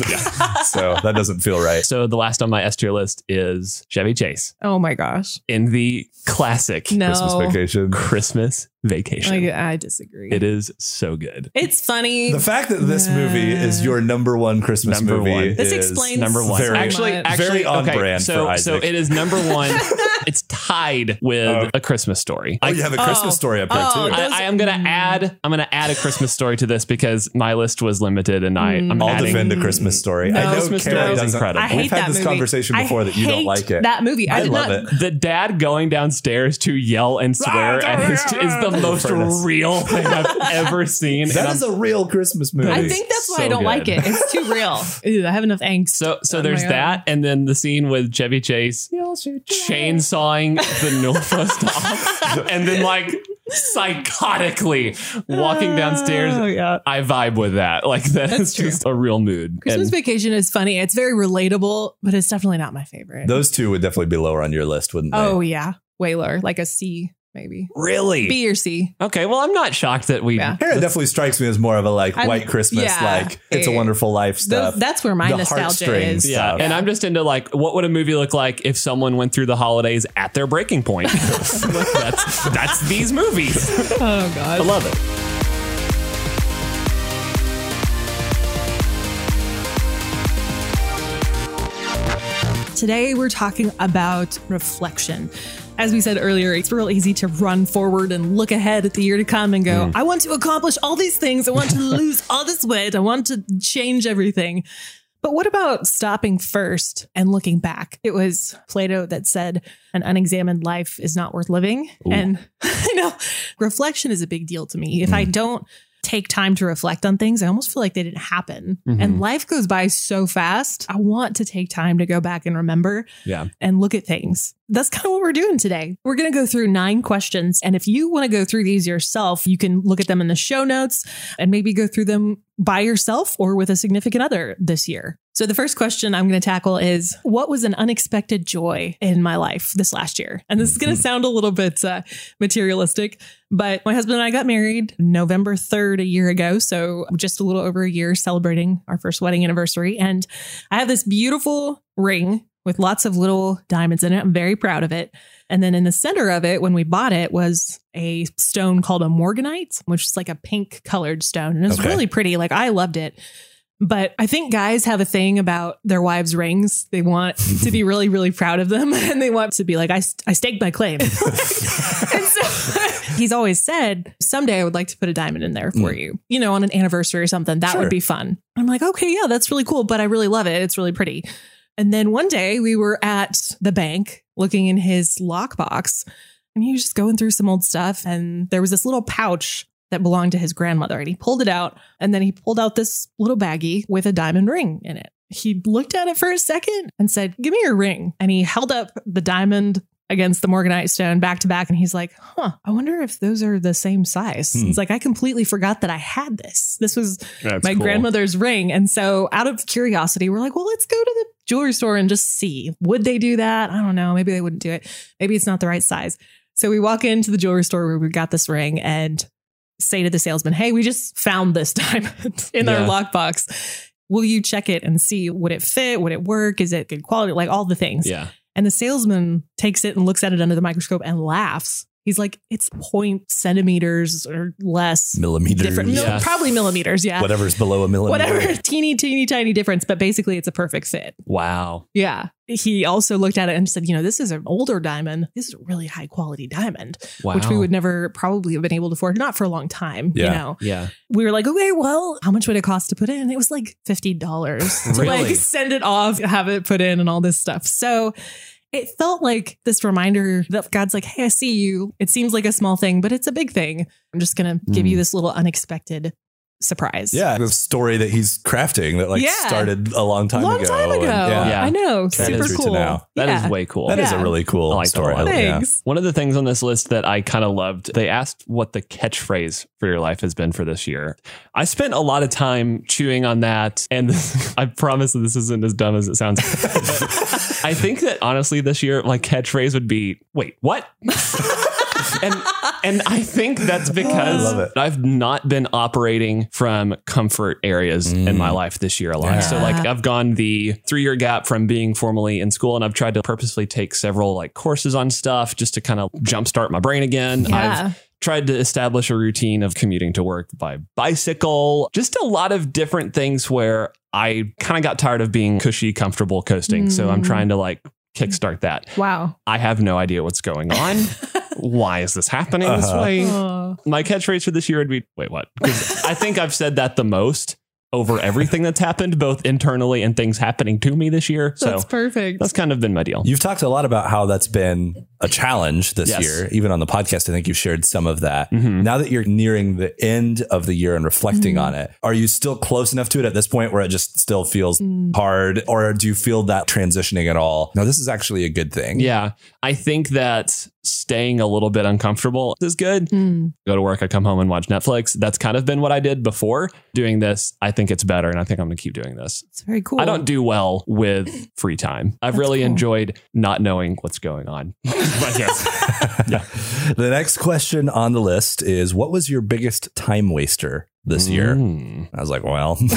Speaker 2: So that doesn't feel right.
Speaker 4: so the last on my S tier list is Chevy Chase
Speaker 1: Oh my gosh.
Speaker 4: in the classic
Speaker 1: No.
Speaker 2: Christmas vacation.
Speaker 4: Christmas Vacation.
Speaker 1: Like, uh, I disagree.
Speaker 4: It is so good.
Speaker 1: It's funny.
Speaker 2: The fact that this movie is your number one Christmas
Speaker 4: Number
Speaker 2: movie
Speaker 4: one.
Speaker 1: This
Speaker 2: is
Speaker 1: explains
Speaker 4: Number one.
Speaker 2: Very-
Speaker 4: actually,
Speaker 1: much.
Speaker 4: actually,
Speaker 2: very on
Speaker 4: okay,
Speaker 2: brand
Speaker 4: So,
Speaker 2: for
Speaker 4: so
Speaker 2: Isaac.
Speaker 4: it is number one. it's tied with a Christmas story.
Speaker 2: Oh,
Speaker 4: I,
Speaker 2: you have a Christmas
Speaker 1: Oh.
Speaker 2: story up there
Speaker 1: Oh,
Speaker 2: too.
Speaker 1: that-
Speaker 4: I, I am gonna add. I'm gonna add a Christmas story to this because my list was limited, and I, I'm
Speaker 2: I'll
Speaker 4: adding.
Speaker 2: defend a Christmas story. I know
Speaker 4: Christmas
Speaker 2: Kara
Speaker 4: Story is
Speaker 2: doesn't.
Speaker 4: incredible.
Speaker 1: I hate
Speaker 2: We've had
Speaker 1: that
Speaker 2: this
Speaker 1: movie.
Speaker 2: conversation before
Speaker 1: I
Speaker 2: that you don't
Speaker 1: hate
Speaker 2: like it.
Speaker 1: That movie. I,
Speaker 2: I
Speaker 1: did
Speaker 2: love
Speaker 1: not.
Speaker 2: it.
Speaker 4: The dad going downstairs to yell and
Speaker 2: Ah,
Speaker 4: swear at his, is the most
Speaker 2: Furnace.
Speaker 4: real thing I've ever seen. and
Speaker 2: That
Speaker 4: I'm
Speaker 2: is a real Christmas movie.
Speaker 1: I think that's why
Speaker 4: so
Speaker 1: I don't
Speaker 4: good.
Speaker 1: like it. It's too real. Ew, I have enough angst.
Speaker 4: So so
Speaker 1: Oh
Speaker 4: there's
Speaker 1: my God.
Speaker 4: that, and then the scene with Chevy Chase chainsawing the Northwest off, and then like psychotically walking downstairs.
Speaker 1: Oh, yeah.
Speaker 4: I vibe with that. Like that is
Speaker 1: true.
Speaker 4: just a real mood.
Speaker 1: Christmas
Speaker 4: And
Speaker 1: Vacation is funny. It's very relatable, but it's definitely not my favorite.
Speaker 2: Those two would definitely be lower on your list, wouldn't they?
Speaker 1: oh yeah, way lower, like a C maybe,
Speaker 4: really,
Speaker 1: B or C.
Speaker 4: okay. Well, I'm not shocked that we.
Speaker 1: Yeah.
Speaker 2: Kara definitely strikes me as more of a like
Speaker 1: I'm-
Speaker 2: white Christmas,
Speaker 1: yeah.
Speaker 2: like it's a
Speaker 1: Eh.
Speaker 2: wonderful life
Speaker 1: Those,
Speaker 2: stuff.
Speaker 1: that's where my
Speaker 2: The
Speaker 1: nostalgia
Speaker 2: heartstrings.
Speaker 1: is.
Speaker 4: Yeah.
Speaker 2: Stuff.
Speaker 4: and I'm just into like, what would a movie look like if someone went through the holidays at their breaking point? Like, that's that's these movies.
Speaker 1: Oh
Speaker 4: I
Speaker 1: god.
Speaker 4: love it.
Speaker 1: Today we're talking about reflection. As we said earlier, it's real easy to run forward and look ahead at the year to come and
Speaker 2: Mm.
Speaker 1: go, I want to accomplish all these things. I want to lose all this weight. I want to change everything. But what about stopping first and looking back? It was Plato that said, an unexamined life is not worth living. And I know reflection is a big deal to me. If I
Speaker 2: Mm.
Speaker 1: don't take time to reflect on things, I almost feel like they didn't happen. And life goes by so fast. I want to take time to go back and remember
Speaker 4: Yeah.
Speaker 1: and look at things. That's kind of what we're doing today. We're going to go through nine questions. And if you want to go through these yourself, you can look at them in the show notes and maybe go through them by yourself or with a significant other this year. So, the first question I'm going to tackle is What was an unexpected joy in my life this last year? And this is going to sound a little bit uh, materialistic, but my husband and I got married November 3rd, a year ago. So, just a little over a year celebrating our first wedding anniversary. And I have this beautiful ring with lots of little diamonds in it. I'm very proud of it. And then in the center of it, when we bought it, was a stone called a morganite, which is like a pink colored stone. And it's
Speaker 2: Okay.
Speaker 1: really pretty. Like I loved it. But I think guys have a thing about their wives' rings. They want to be really, really proud of them. And they want to be like, I, st- I staked my claim. and so he's always said, someday I would like to put a diamond in there for you, you know, on an anniversary or something. That
Speaker 2: Sure.
Speaker 1: would be fun. I'm like, okay, yeah, that's really cool. But I really love it. It's really pretty. And then one day we were at the bank looking in his lockbox and he was just going through some old stuff. And there was this little pouch that belonged to his grandmother and he pulled it out and then he pulled out this little baggie with a diamond ring in it. He looked at it for a second and said, Give me your ring. And he held up the diamond against the Morganite stone back to back. And he's like, Huh, I wonder if those are the same size.
Speaker 2: Hmm.
Speaker 1: It's like, I completely forgot that I had this. This was
Speaker 4: That's
Speaker 1: my grandmother's ring. And so, out of curiosity, we're like, well, let's go to the jewelry store and just see. Would they do that? I don't know. Maybe they wouldn't do it. Maybe it's not the right size. So, we walk into the jewelry store where we got this ring and say to the salesman, hey, we just found this diamond in our
Speaker 4: Yeah.
Speaker 1: lockbox. Will you check it and see would it fit? Would it work? Is it good quality? Like all the things.
Speaker 4: Yeah.
Speaker 1: And the salesman takes it and looks at it under the microscope and laughs He's like, it's point centimeters or less.
Speaker 2: millimeters,
Speaker 1: Different, mil-
Speaker 4: Yeah.
Speaker 1: probably millimeters. Yeah.
Speaker 2: whatever's below a millimeter.
Speaker 1: Whatever teeny, teeny, tiny difference, but basically it's a perfect fit.
Speaker 4: Wow.
Speaker 1: Yeah. He also looked at it and said, you know, this is an older diamond. This is a really high quality diamond,
Speaker 4: Wow.
Speaker 1: which we would never probably have been able to afford, not for a long time.
Speaker 2: Yeah.
Speaker 1: You know,
Speaker 4: Yeah.
Speaker 1: we were like, okay, well, how much would it cost to put in? It was like $50 to
Speaker 4: Really?
Speaker 1: like send it off, have it put in, and all this stuff. So it felt like this reminder that God's like, hey, I see you. It seems like a small thing, but it's a big thing. I'm just going to give
Speaker 4: Mm.
Speaker 1: you this little unexpected surprise.
Speaker 2: Hmm. Yeah, the story that he's crafting that like
Speaker 1: Yeah.
Speaker 2: started a long time
Speaker 1: Long
Speaker 2: ago.
Speaker 1: time ago.
Speaker 2: and- yeah.
Speaker 4: Yeah.
Speaker 1: I know.
Speaker 2: That
Speaker 1: Super
Speaker 2: is true to
Speaker 1: cool.
Speaker 2: now.
Speaker 4: That is
Speaker 1: yeah.
Speaker 4: way cool.
Speaker 2: That is
Speaker 1: Yeah.
Speaker 2: a really cool
Speaker 4: I like that
Speaker 2: story.
Speaker 4: a lot.
Speaker 2: yeah.
Speaker 1: Thanks.
Speaker 4: One of the things on this list that I kind of loved, they asked what the catchphrase for your life has been for this year. I spent a lot of time chewing on that, and this, I promise that this isn't as dumb as it sounds. But I think that honestly, this year my catchphrase would be, "Wait, what?" and and I think that's
Speaker 2: I
Speaker 4: because
Speaker 2: love it.
Speaker 4: I've not been operating from comfort areas
Speaker 2: Mm.
Speaker 4: in my life this year a lot.
Speaker 2: Yeah.
Speaker 4: So like I've gone the three year gap from being formally in school, and I've tried to purposely take several like courses on stuff just to kind of jumpstart my brain again. I've
Speaker 1: Yeah.
Speaker 4: tried to establish a routine of commuting to work by bicycle, just a lot of different things where I kind of got tired of being cushy, comfortable coasting. So I'm
Speaker 1: Mm.
Speaker 4: trying to like kickstart that.
Speaker 1: Wow.
Speaker 4: I have no idea what's going on. Why is this happening this
Speaker 2: Uh-huh.
Speaker 4: way?
Speaker 1: Oh.
Speaker 4: my catchphrase for this year would be wait what 'Cause i think i've said that the most over everything that's happened both internally and things happening to me this year so
Speaker 1: That's perfect.
Speaker 4: that's kind of been my deal
Speaker 2: You've talked a lot about how that's been a challenge this
Speaker 4: Yes.
Speaker 2: year. Even on the podcast, I think you've shared some of that.
Speaker 4: Mhm.
Speaker 2: Now that you're nearing the end of the year and reflecting
Speaker 1: Mhm.
Speaker 2: on it, are you still close enough to it at this point where it just still feels
Speaker 1: Mm.
Speaker 2: hard? Or do you feel that transitioning at all? No, this is actually a good thing.
Speaker 4: yeah i think that staying a little bit uncomfortable is good
Speaker 1: Mm.
Speaker 4: go to work i come home and watch netflix that's kind of been what i did before doing this i think it's better and i think i'm going to keep doing this
Speaker 1: It's very cool.
Speaker 4: i don't do well with free time i've
Speaker 1: That's
Speaker 4: really
Speaker 1: cool.
Speaker 4: enjoyed not knowing what's going on I guess.
Speaker 2: The next question on the list is what was your biggest time waster this year?
Speaker 4: Mm.
Speaker 2: I was like, well,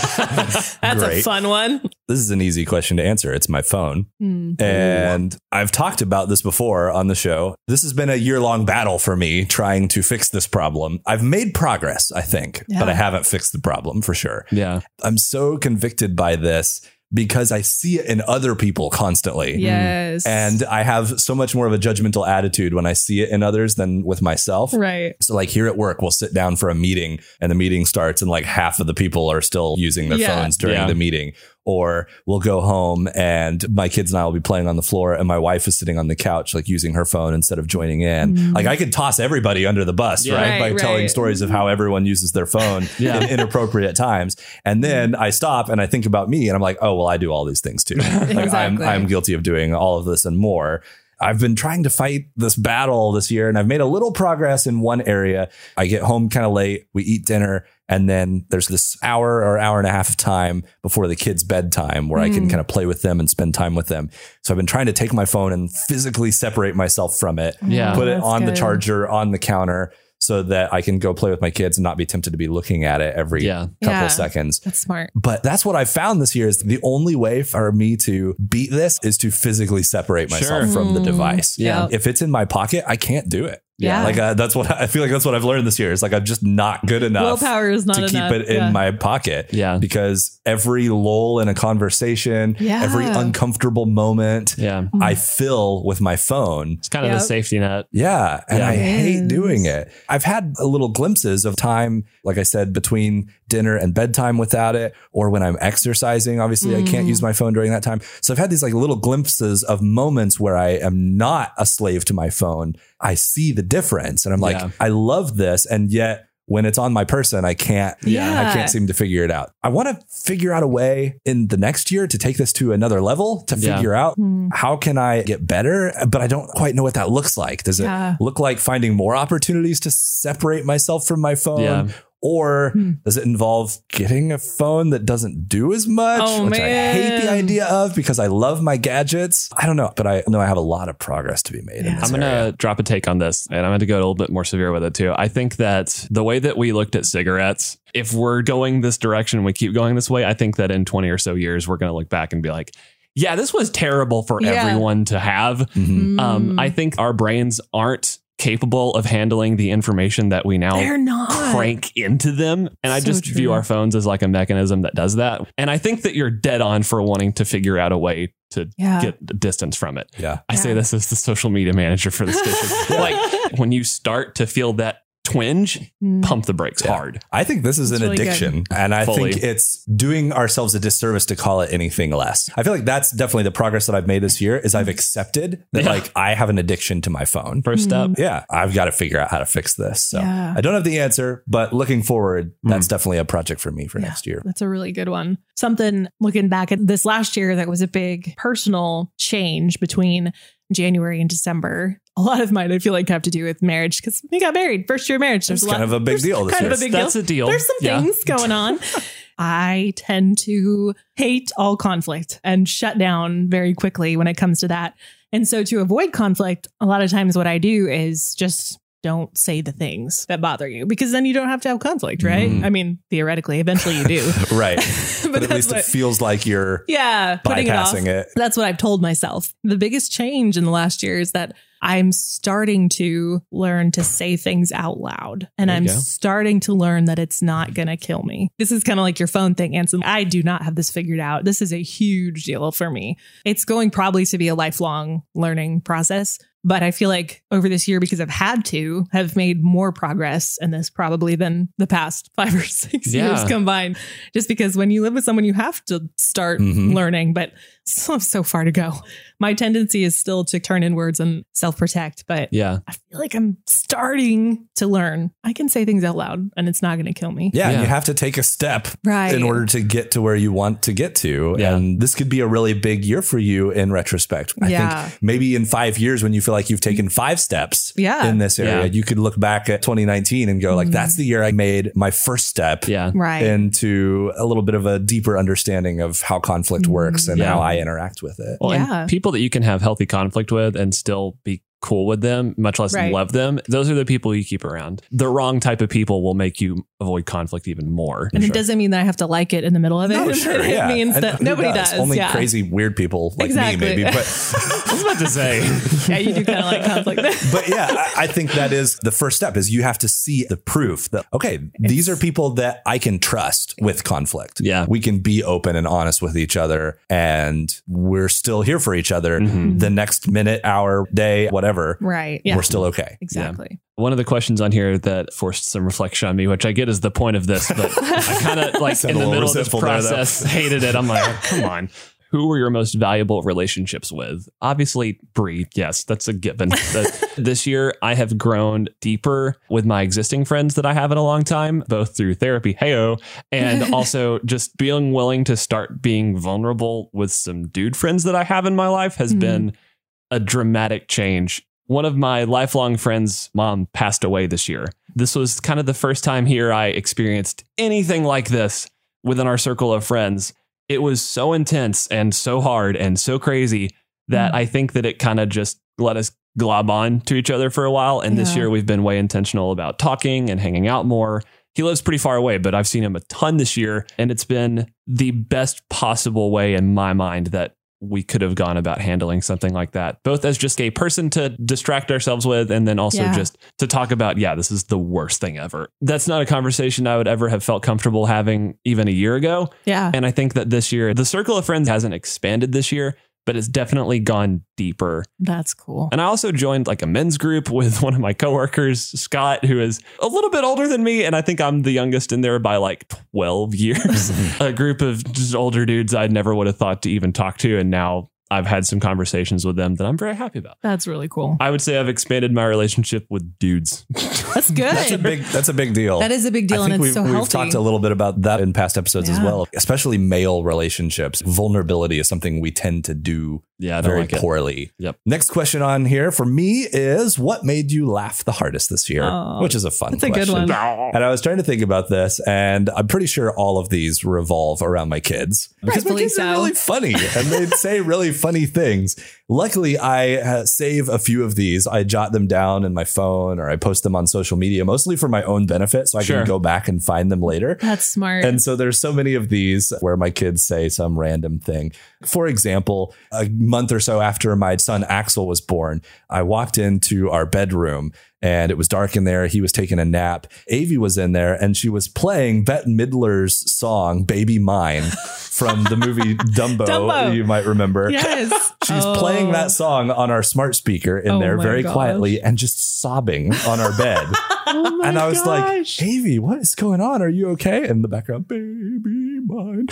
Speaker 1: That's a
Speaker 2: Great.
Speaker 1: fun one.
Speaker 2: this is an easy question to answer. It's my phone.
Speaker 1: Mm.
Speaker 2: And I've talked about this before on the show. This has been a year long battle for me trying to fix this problem. I've made progress, I think,
Speaker 1: Yeah.
Speaker 2: but I haven't fixed the problem for sure.
Speaker 4: yeah
Speaker 2: I'm so convicted by this because I see it in other people constantly.
Speaker 1: Yes.
Speaker 2: And I have so much more of a judgmental attitude when I see it in others than with myself.
Speaker 1: right.
Speaker 2: So like here at work, we'll sit down for a meeting and the meeting starts and like half of the people are still using their
Speaker 1: Yeah.
Speaker 2: phones during
Speaker 4: Yeah.
Speaker 2: the meeting. Or we'll go home and my kids and I will be playing on the floor and my wife is sitting on the couch, like using her phone instead of joining in.
Speaker 1: Mm.
Speaker 2: Like I could toss everybody under the bus,
Speaker 4: Yeah.
Speaker 2: right?
Speaker 1: Right,
Speaker 2: By telling
Speaker 1: right.
Speaker 2: stories of how everyone uses their phone
Speaker 4: Yeah.
Speaker 2: in inappropriate times. And
Speaker 1: Mm-hmm.
Speaker 2: then I stop and I think about me and I'm like, oh, well, I do all these things too. Like I'm,
Speaker 1: Exactly.
Speaker 2: I'm guilty of doing all of this and more. I've been trying to fight this battle this year and I've made a little progress in one area. I get home kind of late, we eat dinner, and then there's this hour or hour and a half of time before the kids' bedtime where I can
Speaker 1: Mm.
Speaker 2: kind of play with them and spend time with them. So I've been trying to take my phone and physically separate myself from it,
Speaker 1: Mm.
Speaker 4: Yeah. Oh,
Speaker 2: put it on the
Speaker 1: charger.
Speaker 2: charger, on the counter, so that I can go play with my kids and not be tempted to be looking at it every
Speaker 4: yeah
Speaker 2: couple
Speaker 1: Yeah.
Speaker 2: seconds.
Speaker 1: That's smart.
Speaker 2: But that's what I found this year is the only way for me to beat this is to physically separate myself
Speaker 4: Sure.
Speaker 2: from the
Speaker 1: Mm.
Speaker 2: device.
Speaker 1: Yeah.
Speaker 2: If it's in my pocket, I can't do it.
Speaker 1: Yeah.
Speaker 2: Like uh, that's what I feel like that's what I've learned this year. It's like I'm just not good enough to
Speaker 1: Willpower is not
Speaker 2: keep
Speaker 1: enough.
Speaker 2: it in
Speaker 1: Yeah.
Speaker 2: my pocket
Speaker 4: yeah
Speaker 2: because every lull in a conversation,
Speaker 1: Yeah. Mm-hmm.
Speaker 2: every uncomfortable moment
Speaker 4: yeah
Speaker 2: I fill with my phone
Speaker 4: it's kind of
Speaker 1: Yep.
Speaker 4: a safety net
Speaker 2: yeah. And
Speaker 4: Yeah.
Speaker 2: I
Speaker 4: It
Speaker 2: hate
Speaker 1: is.
Speaker 2: doing it. I've had a little glimpses of time, like I said, between dinner and bedtime without it, or when I'm exercising. Obviously, I can't
Speaker 1: Mm.
Speaker 2: use my phone during that time. So I've had these like little glimpses of moments where I am not a slave to my phone. I see the difference and I'm like,
Speaker 4: Yeah.
Speaker 2: I love this. And yet, when it's on my person, I can't.
Speaker 1: Yeah.
Speaker 2: I can't seem to figure it out. I want to figure out a way in the next year to take this to another level to
Speaker 4: Yeah.
Speaker 2: figure out
Speaker 1: Hmm.
Speaker 2: how can I get better? But I don't quite know what that looks like. Does
Speaker 1: Yeah.
Speaker 2: it look like finding more opportunities to separate myself from my phone?
Speaker 4: Yeah.
Speaker 2: Or
Speaker 1: Hmm.
Speaker 2: does it involve getting a phone that doesn't do as much?
Speaker 1: Oh,
Speaker 2: which I hate
Speaker 1: man.
Speaker 2: the idea of because I love my gadgets. I don't know, but I know I have a lot of progress to be made in
Speaker 1: Yeah.
Speaker 2: this
Speaker 4: I'm going
Speaker 2: area.
Speaker 4: to drop a take on this and I'm going to go a little bit more severe with it too. I think that the way that we looked at cigarettes, if we're going this direction and we keep going this way, I think that in 20 or so years, we're going to look back and be like, yeah, this was terrible for
Speaker 1: Yeah.
Speaker 4: everyone to have.
Speaker 2: Mhm.
Speaker 4: Um,
Speaker 1: Mm.
Speaker 4: I think our brains aren't capable of handling the information that we now
Speaker 1: They're not.
Speaker 4: crank into them. And I
Speaker 1: So
Speaker 4: just view
Speaker 1: true.
Speaker 4: our phones as like a mechanism that does that. And I think that you're dead on for wanting to figure out a way to
Speaker 1: Yeah.
Speaker 4: get the distance from it.
Speaker 2: Yeah.
Speaker 4: I say
Speaker 1: Uh, Yeah.
Speaker 4: this as the social media manager for this district. like when you start to feel that twinge,
Speaker 1: Mm.
Speaker 4: pump the brakes
Speaker 2: Yeah.
Speaker 4: hard.
Speaker 2: I think this is
Speaker 1: It's
Speaker 2: an
Speaker 1: really good.
Speaker 2: addiction, and I
Speaker 4: Fully.
Speaker 2: think it's doing ourselves a disservice to call it anything less. I feel like that's definitely the progress that I've made this year is I've
Speaker 1: Hmm.
Speaker 2: accepted that
Speaker 4: Yeah.
Speaker 2: like I have an addiction to my phone.
Speaker 4: First
Speaker 1: Mm-hmm.
Speaker 4: step.
Speaker 2: Yeah, I've got to figure out how to fix this. So
Speaker 1: Yeah.
Speaker 2: I don't have the answer, but looking forward,
Speaker 4: Mm.
Speaker 2: that's definitely a project for me for
Speaker 1: Yeah.
Speaker 2: next year.
Speaker 1: That's a really good one. Something looking back at this last year that was a big personal change between January and December. A lot of mine I feel like have to do with marriage because we got married first year of marriage. There's
Speaker 2: It's
Speaker 1: a lot
Speaker 2: kind of a big
Speaker 1: there's
Speaker 2: deal this
Speaker 1: Kind
Speaker 2: year.
Speaker 1: of a big
Speaker 4: That's
Speaker 1: deal.
Speaker 4: a deal.
Speaker 1: There's some
Speaker 4: Yeah.
Speaker 1: things going on. I tend to hate all conflict and shut down very quickly when it comes to that. And so to avoid conflict, a lot of times what I do is just don't say the things that bother you because then you don't have to have conflict, right?
Speaker 2: Mm.
Speaker 1: I mean, theoretically, eventually you do.
Speaker 2: Right.
Speaker 1: but,
Speaker 2: but, at
Speaker 1: that's
Speaker 2: least it
Speaker 1: what,
Speaker 2: feels like you're
Speaker 1: yeah, putting it off.
Speaker 2: bypassing it.
Speaker 1: That's what I've told myself. The biggest change in the last year is that I'm starting to learn to say things out loud and
Speaker 4: There you
Speaker 1: I'm
Speaker 4: go.
Speaker 1: starting to learn that it's not going to kill me. This is kind of like your phone thing, Anson. I do not have this figured out. This is a huge deal for me. It's going probably to be a lifelong learning process. But I feel like over this year, because I've had to, have made more progress in this probably than the past five or six
Speaker 4: Yeah.
Speaker 1: years combined. Just because when you live with someone, you have to start
Speaker 4: Mm-hmm.
Speaker 2: Mhm.
Speaker 1: learning, but still have so far to go. My tendency is still to turn inwards and self protect, but
Speaker 4: Yeah.
Speaker 1: I feel like I'm starting to learn. I can say things out loud and it's not going to kill me.
Speaker 2: Yeah, And
Speaker 4: Yeah.
Speaker 2: you have to take a step
Speaker 1: Right.
Speaker 2: in order to get to where you want to get to.
Speaker 4: Yeah.
Speaker 2: And this could be a really big year for you in retrospect. I
Speaker 1: Yeah.
Speaker 2: think maybe in five years, when you feel like you've taken five steps
Speaker 1: Yeah. Mm-hmm.
Speaker 2: in this area,
Speaker 4: Yeah.
Speaker 2: you could look back at 2019 and go, like, that's the year I made my first step.
Speaker 4: Yeah.
Speaker 1: Right.
Speaker 2: Into a little bit of a deeper understanding of how conflict
Speaker 1: Mm-hmm.
Speaker 2: works and
Speaker 4: Yeah.
Speaker 2: how I interact with it.
Speaker 4: Well,
Speaker 1: Yeah.
Speaker 4: and people that you can have healthy conflict with and still be cool with them, much less
Speaker 1: Right.
Speaker 4: love them, those are the people you keep around. The wrong type of people will make you avoid conflict even more.
Speaker 1: and it doesn't mean that I have to like it in the middle of it.
Speaker 2: No, sure,
Speaker 1: it
Speaker 2: yeah.
Speaker 1: means
Speaker 2: And
Speaker 1: that
Speaker 2: who
Speaker 1: nobody does.
Speaker 2: Only
Speaker 1: yeah.
Speaker 2: crazy, weird people like
Speaker 1: Exactly.
Speaker 2: me, maybe. But
Speaker 4: I was about to say.
Speaker 1: Yeah, you do kind of like conflict.
Speaker 2: but yeah, I, I think that is the first step is you have to see the proof that, okay, these are people that I can trust with conflict.
Speaker 4: Yeah.
Speaker 2: We can be open and honest with each other and we're still here for each other
Speaker 4: Mhm.
Speaker 2: the next minute, hour, day, whatever.
Speaker 1: right. Yeah.
Speaker 2: We're still okay.
Speaker 1: Exactly.
Speaker 4: One of the questions on here that forced some reflection on me, which I get is the point of this, but I kind of like
Speaker 2: Sound
Speaker 4: in
Speaker 2: a
Speaker 4: the
Speaker 2: little
Speaker 4: middle of this
Speaker 2: resentful there, though.
Speaker 4: process hated it. I'm like, come on. Who were your most valuable relationships with? Obviously, Bree. Yes, that's a given. That- this year, I have grown deeper with my existing friends that I have in a long time, both through therapy, heyo, and also just being willing to start being vulnerable with some dude friends that I have in my life has
Speaker 1: Mhm.
Speaker 4: been a dramatic change. One of my lifelong friends' mom passed away this year. This was kind of the first time here I experienced anything like this within our circle of friends. It was so intense and so hard and so crazy that
Speaker 1: Mm.
Speaker 4: I think that it kind of just let us glob on to each other for a while. And this
Speaker 1: Yeah.
Speaker 4: year we've been way intentional about talking and hanging out more. He lives pretty far away, but I've seen him a ton this year. And it's been the best possible way in my mind that we could have gone about handling something like that, both as just a person to distract ourselves with, and then also
Speaker 1: Yeah.
Speaker 4: just to talk about, yeah, this is the worst thing ever. That's not a conversation I would ever have felt comfortable having even a year ago.
Speaker 1: Yeah.
Speaker 4: And I think that this year, the circle of friends hasn't expanded this year, but it's definitely gone deeper.
Speaker 1: That's cool.
Speaker 4: And I also joined like a men's group with one of my coworkers, Scott, who is a little bit older than me. And I think I'm the youngest in there by like 12 years. a group of just older dudes I never would have thought to even talk to. And now I've had some conversations with them that I'm very happy about.
Speaker 1: That's really cool.
Speaker 4: I would say I've expanded my relationship with dudes.
Speaker 1: That's good.
Speaker 2: That's a big, that's a big deal.
Speaker 1: That is a big deal,
Speaker 2: I think
Speaker 1: and it's
Speaker 2: we've,
Speaker 1: so
Speaker 2: we've
Speaker 1: healthy.
Speaker 2: talked a little bit about that in past episodes as
Speaker 1: Yeah.
Speaker 2: well, especially male relationships. Vulnerability is something we tend to do
Speaker 4: Yeah, I don't
Speaker 2: very
Speaker 4: like it.
Speaker 2: poorly.
Speaker 4: Yep.
Speaker 2: Next question on here for me is what made you laugh the hardest this year?
Speaker 1: Oh,
Speaker 2: Which is a fun
Speaker 1: that's a good
Speaker 2: question.
Speaker 1: one.
Speaker 2: And I was trying to think about this, and I'm pretty sure all of these revolve around my kids because my
Speaker 1: Rightfully
Speaker 2: kids are
Speaker 1: so.
Speaker 2: really funny and they say really funny things. Luckily, I uh, save a few of these. I jot them down in my phone or I post them on social media, mostly for my own benefit, so I
Speaker 4: Sure.
Speaker 2: can go back and find them later.
Speaker 1: That's smart.
Speaker 2: And so there's so many of these where my kids say some random thing. For example, a month or so after my son Axel was born, I walked into our bedroom and it was dark in there. He was taking a nap. Avi was in there and she was playing Bette Midler's song, Baby Mine, from the movie Dumbo,
Speaker 1: Dumbo.
Speaker 2: you might remember.
Speaker 1: Yes.
Speaker 2: She's playing that song on our smart speaker in
Speaker 1: Oh
Speaker 2: there
Speaker 1: my
Speaker 2: very
Speaker 1: gosh.
Speaker 2: quietly and just sobbing on our bed.
Speaker 1: Oh
Speaker 2: and I was like, Avy, what is going on? Are you okay? And in the background, baby mine.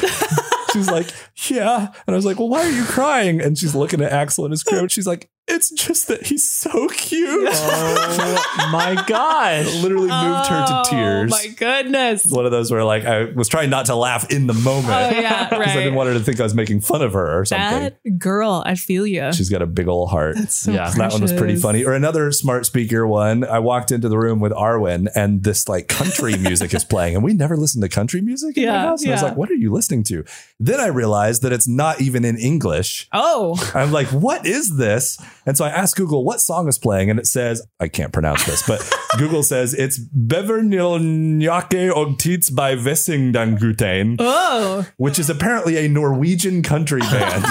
Speaker 2: she's like, yeah. And I was like, well, why are you crying? And she's looking at Axel and his crew. And she's like, it's just that he's so cute.
Speaker 4: oh my gosh.
Speaker 2: Literally moved her to tears.
Speaker 1: Oh my goodness.
Speaker 2: It's one of those where like I was trying not to laugh in the moment
Speaker 1: Oh
Speaker 2: because
Speaker 1: yeah,
Speaker 2: I didn't
Speaker 1: right.
Speaker 2: want her to think I was making fun of her or something.
Speaker 1: That girl, I feel you.
Speaker 2: She's got a big old heart.
Speaker 1: so
Speaker 4: Yeah.
Speaker 2: So that one was pretty
Speaker 1: precious.
Speaker 2: funny. Or another smart speaker one. I walked into the room with Arwen and this like country music is playing. And we never listen to country music in my
Speaker 1: Yeah,
Speaker 2: house. And I was
Speaker 1: yeah.
Speaker 2: like, what are you listening to? Then I realized that it's not even in English.
Speaker 1: Oh,
Speaker 2: I'm like, what is this? And so I asked Google what song is playing, and it says, I can't pronounce this, but Google says it's Bevernil Njake Ogtiets by Vessingdanguten,
Speaker 1: oh,
Speaker 2: which is apparently a Norwegian country band.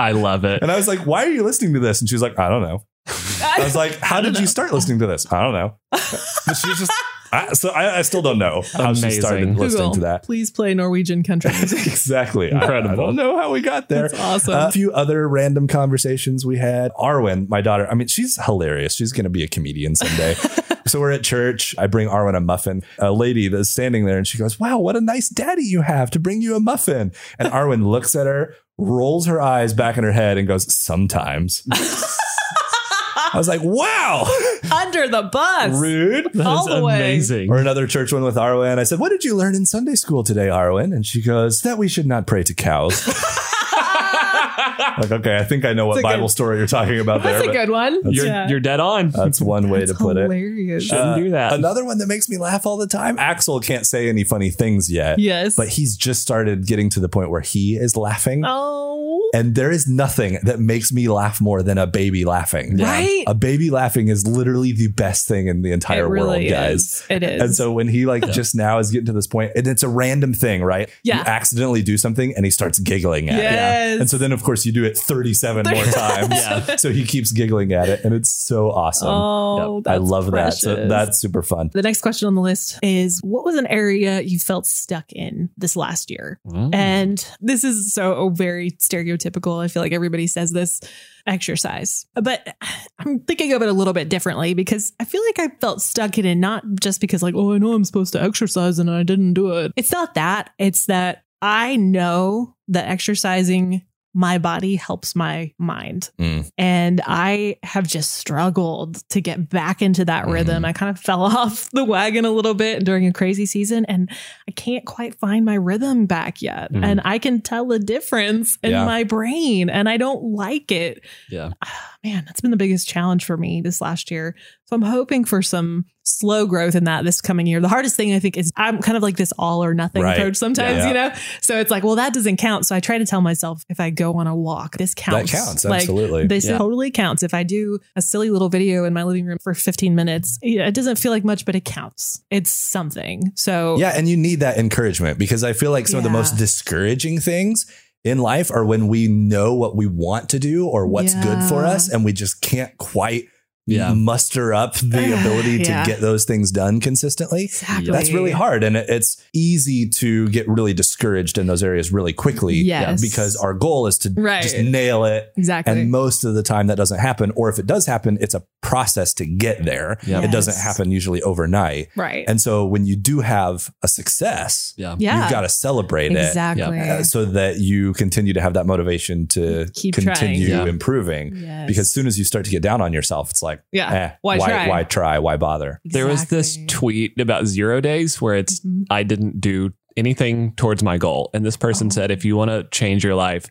Speaker 4: I love it.
Speaker 2: And I was like, why are you listening to this? And she was like, I don't know. I was like, how did you start listening to this? I don't know. But she just, I, so I, I still don't know how she
Speaker 4: Amazing.
Speaker 2: started
Speaker 4: Google.
Speaker 2: listening to that.
Speaker 1: Please play Norwegian country music.
Speaker 2: Exactly. I- I,
Speaker 4: Incredible.
Speaker 2: don't know how we got there.
Speaker 1: That's awesome.
Speaker 2: a few other random conversations we had. Arwen, my daughter, I mean, she's hilarious. She's going to be a comedian someday. so we're at church. I bring Arwen a muffin. A lady that's standing there and she goes, Wow, what a nice daddy you have to bring you a muffin. And Arwen looks at her, rolls her eyes back in her head, and goes, Sometimes. I was like, Wow,
Speaker 1: Under the bus.
Speaker 2: rude.
Speaker 4: That
Speaker 1: All
Speaker 4: is
Speaker 1: the way.
Speaker 4: amazing.
Speaker 2: Or another church one with Arwen. I said, What did you learn in Sunday school today, Arwen? And she goes, That we should not pray to cows. like, okay, I think I know what
Speaker 1: It's a
Speaker 2: Bible
Speaker 1: good-
Speaker 2: story you're talking about there.
Speaker 1: That's a
Speaker 2: but
Speaker 1: good one.
Speaker 4: You're,
Speaker 1: yeah.
Speaker 4: you're dead on.
Speaker 2: that's one way to put it. Uh,
Speaker 1: hilarious.
Speaker 4: Shouldn't do that.
Speaker 2: Another one that makes me laugh all the time. Axel can't say any funny things yet.
Speaker 1: Yes.
Speaker 2: But he's just started getting to the point where he is laughing.
Speaker 1: oh,
Speaker 2: And there is nothing that makes me laugh more than a baby laughing.
Speaker 1: Right?
Speaker 2: A baby laughing is literally the best thing in the entire
Speaker 1: it really
Speaker 2: world, guys.
Speaker 1: is. It is.
Speaker 2: And so um, when he like just now is getting to this point, and it's a random thing, right?
Speaker 1: Yeah.
Speaker 2: You accidentally do something and he starts giggling at it.
Speaker 1: Yes.
Speaker 2: And so then of course you do it 37 more times.
Speaker 4: Yeah.
Speaker 2: So he keeps giggling at it and it's so awesome.
Speaker 1: oh,
Speaker 2: I
Speaker 1: that's
Speaker 2: love that. So
Speaker 1: precious.
Speaker 2: that's super fun.
Speaker 1: the next question on the list is what was an area you felt stuck in this last year?
Speaker 4: Mm.
Speaker 1: And this is so very stereotypical. I feel like everybody says this exercise, but I'm thinking of it a little bit differently because I feel like I felt stuck in it, not just because, like, oh, I know I'm supposed to exercise and I didn't do it. It's not that, it's that I know that exercising my body helps my mind.
Speaker 2: Mm.
Speaker 1: And I have just struggled to get back into that rhythm. I kind of fell off the wagon a little bit during a crazy season and I can't quite find my rhythm back yet.
Speaker 4: Mhm.
Speaker 1: And I can tell the difference in
Speaker 2: Mm-hmm. Yeah.
Speaker 1: my brain and I don't like it.
Speaker 4: Yeah.
Speaker 1: Ah, Man, that's been the biggest challenge for me this last year. So I'm hoping for some slow growth in that this coming year. The hardest thing I think is I'm kind of like this all or nothing
Speaker 2: Right.
Speaker 1: coach sometimes,
Speaker 2: Yeah.
Speaker 1: you know? So it's like, well, that doesn't count. So I try to tell myself if I go on a walk, this
Speaker 2: That
Speaker 1: counts.
Speaker 2: counts.
Speaker 1: Like,
Speaker 2: Absolutely.
Speaker 1: this
Speaker 4: Yeah.
Speaker 1: totally counts. If I do a silly little video in my living room for 15 minutes, yeah, it doesn't feel like much, but it counts. It's something. So
Speaker 2: yeah. And you need that encouragement because I feel like some of the
Speaker 1: Yeah.
Speaker 2: most discouraging things in life are when we know what we want to do or what's good for
Speaker 1: Yeah.
Speaker 2: us and we just can't quite
Speaker 4: Yeah.
Speaker 2: muster up the ability to
Speaker 1: Yeah.
Speaker 2: get those things done consistently.
Speaker 1: exactly.
Speaker 2: That's really hard. And it- it's easy to get really discouraged in those areas really quickly
Speaker 1: Yes.
Speaker 2: because our goal is to
Speaker 1: Right.
Speaker 2: just nail it.
Speaker 1: Exactly.
Speaker 2: And most of the time that doesn't happen. Or if it does happen, it's a process to get there.
Speaker 4: Yeah.
Speaker 2: It doesn't
Speaker 1: Yes.
Speaker 2: happen usually overnight.
Speaker 1: right.
Speaker 2: And so when you do have a success,
Speaker 4: Yeah.
Speaker 1: yeah.
Speaker 2: you've got to celebrate it.
Speaker 1: exactly.
Speaker 2: uh, So that you continue to have that motivation to
Speaker 1: Keep trying.
Speaker 2: continue
Speaker 4: Yeah.
Speaker 2: improving.
Speaker 1: Yes.
Speaker 2: Because as soon as you start to get down on yourself, it's like,
Speaker 1: yeah.
Speaker 2: eh,
Speaker 1: Why try?
Speaker 2: why try? Why bother?
Speaker 4: There was this
Speaker 1: Exactly.
Speaker 4: tweet about zero days where it's
Speaker 5: Mm-hmm.
Speaker 1: Mhm.
Speaker 4: I didn't do anything towards my goal. And this person
Speaker 1: Oh.
Speaker 4: said, if you want to change your life,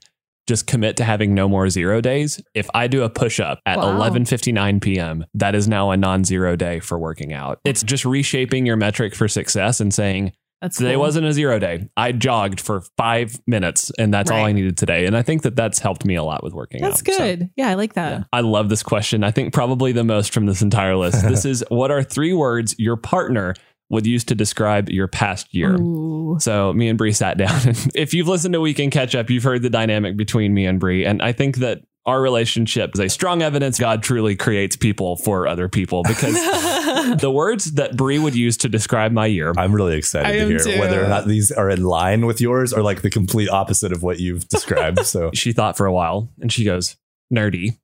Speaker 4: just commit to having no more zero days. If I do a push up at
Speaker 1: Wow.
Speaker 4: 11:59 p.m., that is now a non-zero day for working out. It's just reshaping your metric for success and saying
Speaker 1: That's
Speaker 4: today
Speaker 1: cool.
Speaker 4: wasn't a zero day. I jogged for 5 minutes and that's all
Speaker 1: Right.
Speaker 4: I needed today. And I think that that's helped me a lot with working
Speaker 1: That's
Speaker 4: out. So-
Speaker 1: good. Yeah, I like that.
Speaker 4: yeah. I love this question. I think probably the most from this entire list. This is what are three words your partner would use to describe your past year?
Speaker 1: Ooh.
Speaker 4: So me and Bree sat down. And if you've listened to Weekend Catch Up, you've heard the dynamic between me and Bree. And I think that our relationship is a strong evidence God truly creates people for other people because the words that Bree would use to describe my year.
Speaker 2: I'm really excited
Speaker 5: I
Speaker 2: to
Speaker 5: am
Speaker 2: hear
Speaker 5: too.
Speaker 2: whether or not these are in line with yours or like the complete opposite of what you've described. So
Speaker 4: She thought for a while and she goes, nerdy.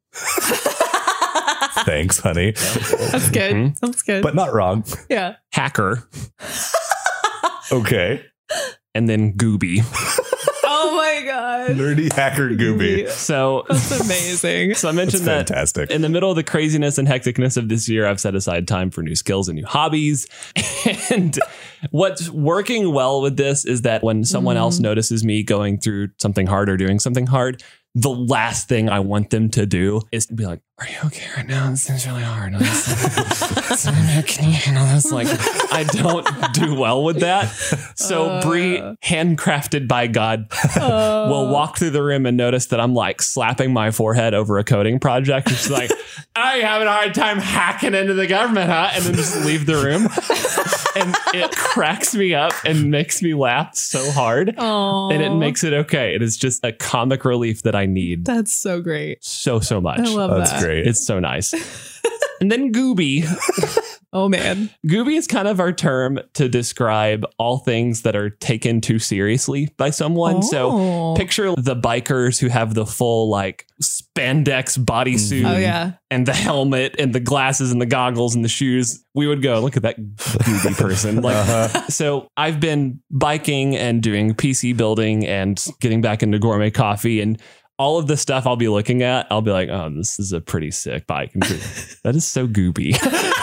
Speaker 2: thanks, honey.
Speaker 5: That's good.
Speaker 4: Mhm.
Speaker 5: That's good.
Speaker 2: But not wrong.
Speaker 5: yeah.
Speaker 4: hacker,
Speaker 2: Okay.
Speaker 4: and then gooby.
Speaker 5: Oh my god.
Speaker 2: Nerdy hacker Gooby.
Speaker 4: So,
Speaker 5: That's amazing.
Speaker 4: so I
Speaker 2: That's
Speaker 4: mentioned that
Speaker 2: fantastic.
Speaker 4: in the middle of the craziness and hecticness of this year, I've set aside time for new skills and new hobbies. And what's working well with this is that when someone else notices me going through something hard or doing something hard, the last thing I want them to do is to be like, Are you okay right now? This thing's really hard. Like, so, can you handle this? Like, I don't do well with that. So, Brie, handcrafted by God,
Speaker 5: Oh.
Speaker 4: will walk through the room and notice that I'm like slapping my forehead over a coding project. And she's like, "Are you having a hard time hacking into the government, huh?" And then just leave the room. and it cracks me up and makes me laugh so hard.
Speaker 5: Oh,
Speaker 4: And it makes it okay. It is just a comic relief that I need
Speaker 5: that's so great.
Speaker 4: so so much.
Speaker 5: I love
Speaker 2: That's
Speaker 5: that.
Speaker 2: great.
Speaker 4: It's so nice. and then Gooby.
Speaker 5: Oh man.
Speaker 4: Gooby is kind of our term to describe all things that are taken too seriously by someone. So
Speaker 5: Oh.
Speaker 4: picture the bikers who have the full like spandex bodysuit
Speaker 5: Oh yeah.
Speaker 4: and the helmet and the glasses and the goggles and the shoes. We would go, look at that Gooby person. Like
Speaker 2: Uh-huh.
Speaker 4: so I've been biking and doing PC building and getting back into gourmet coffee and all of the stuff I'll be looking at, I'll be like, oh, this is a pretty sick bike. And that is so gooby.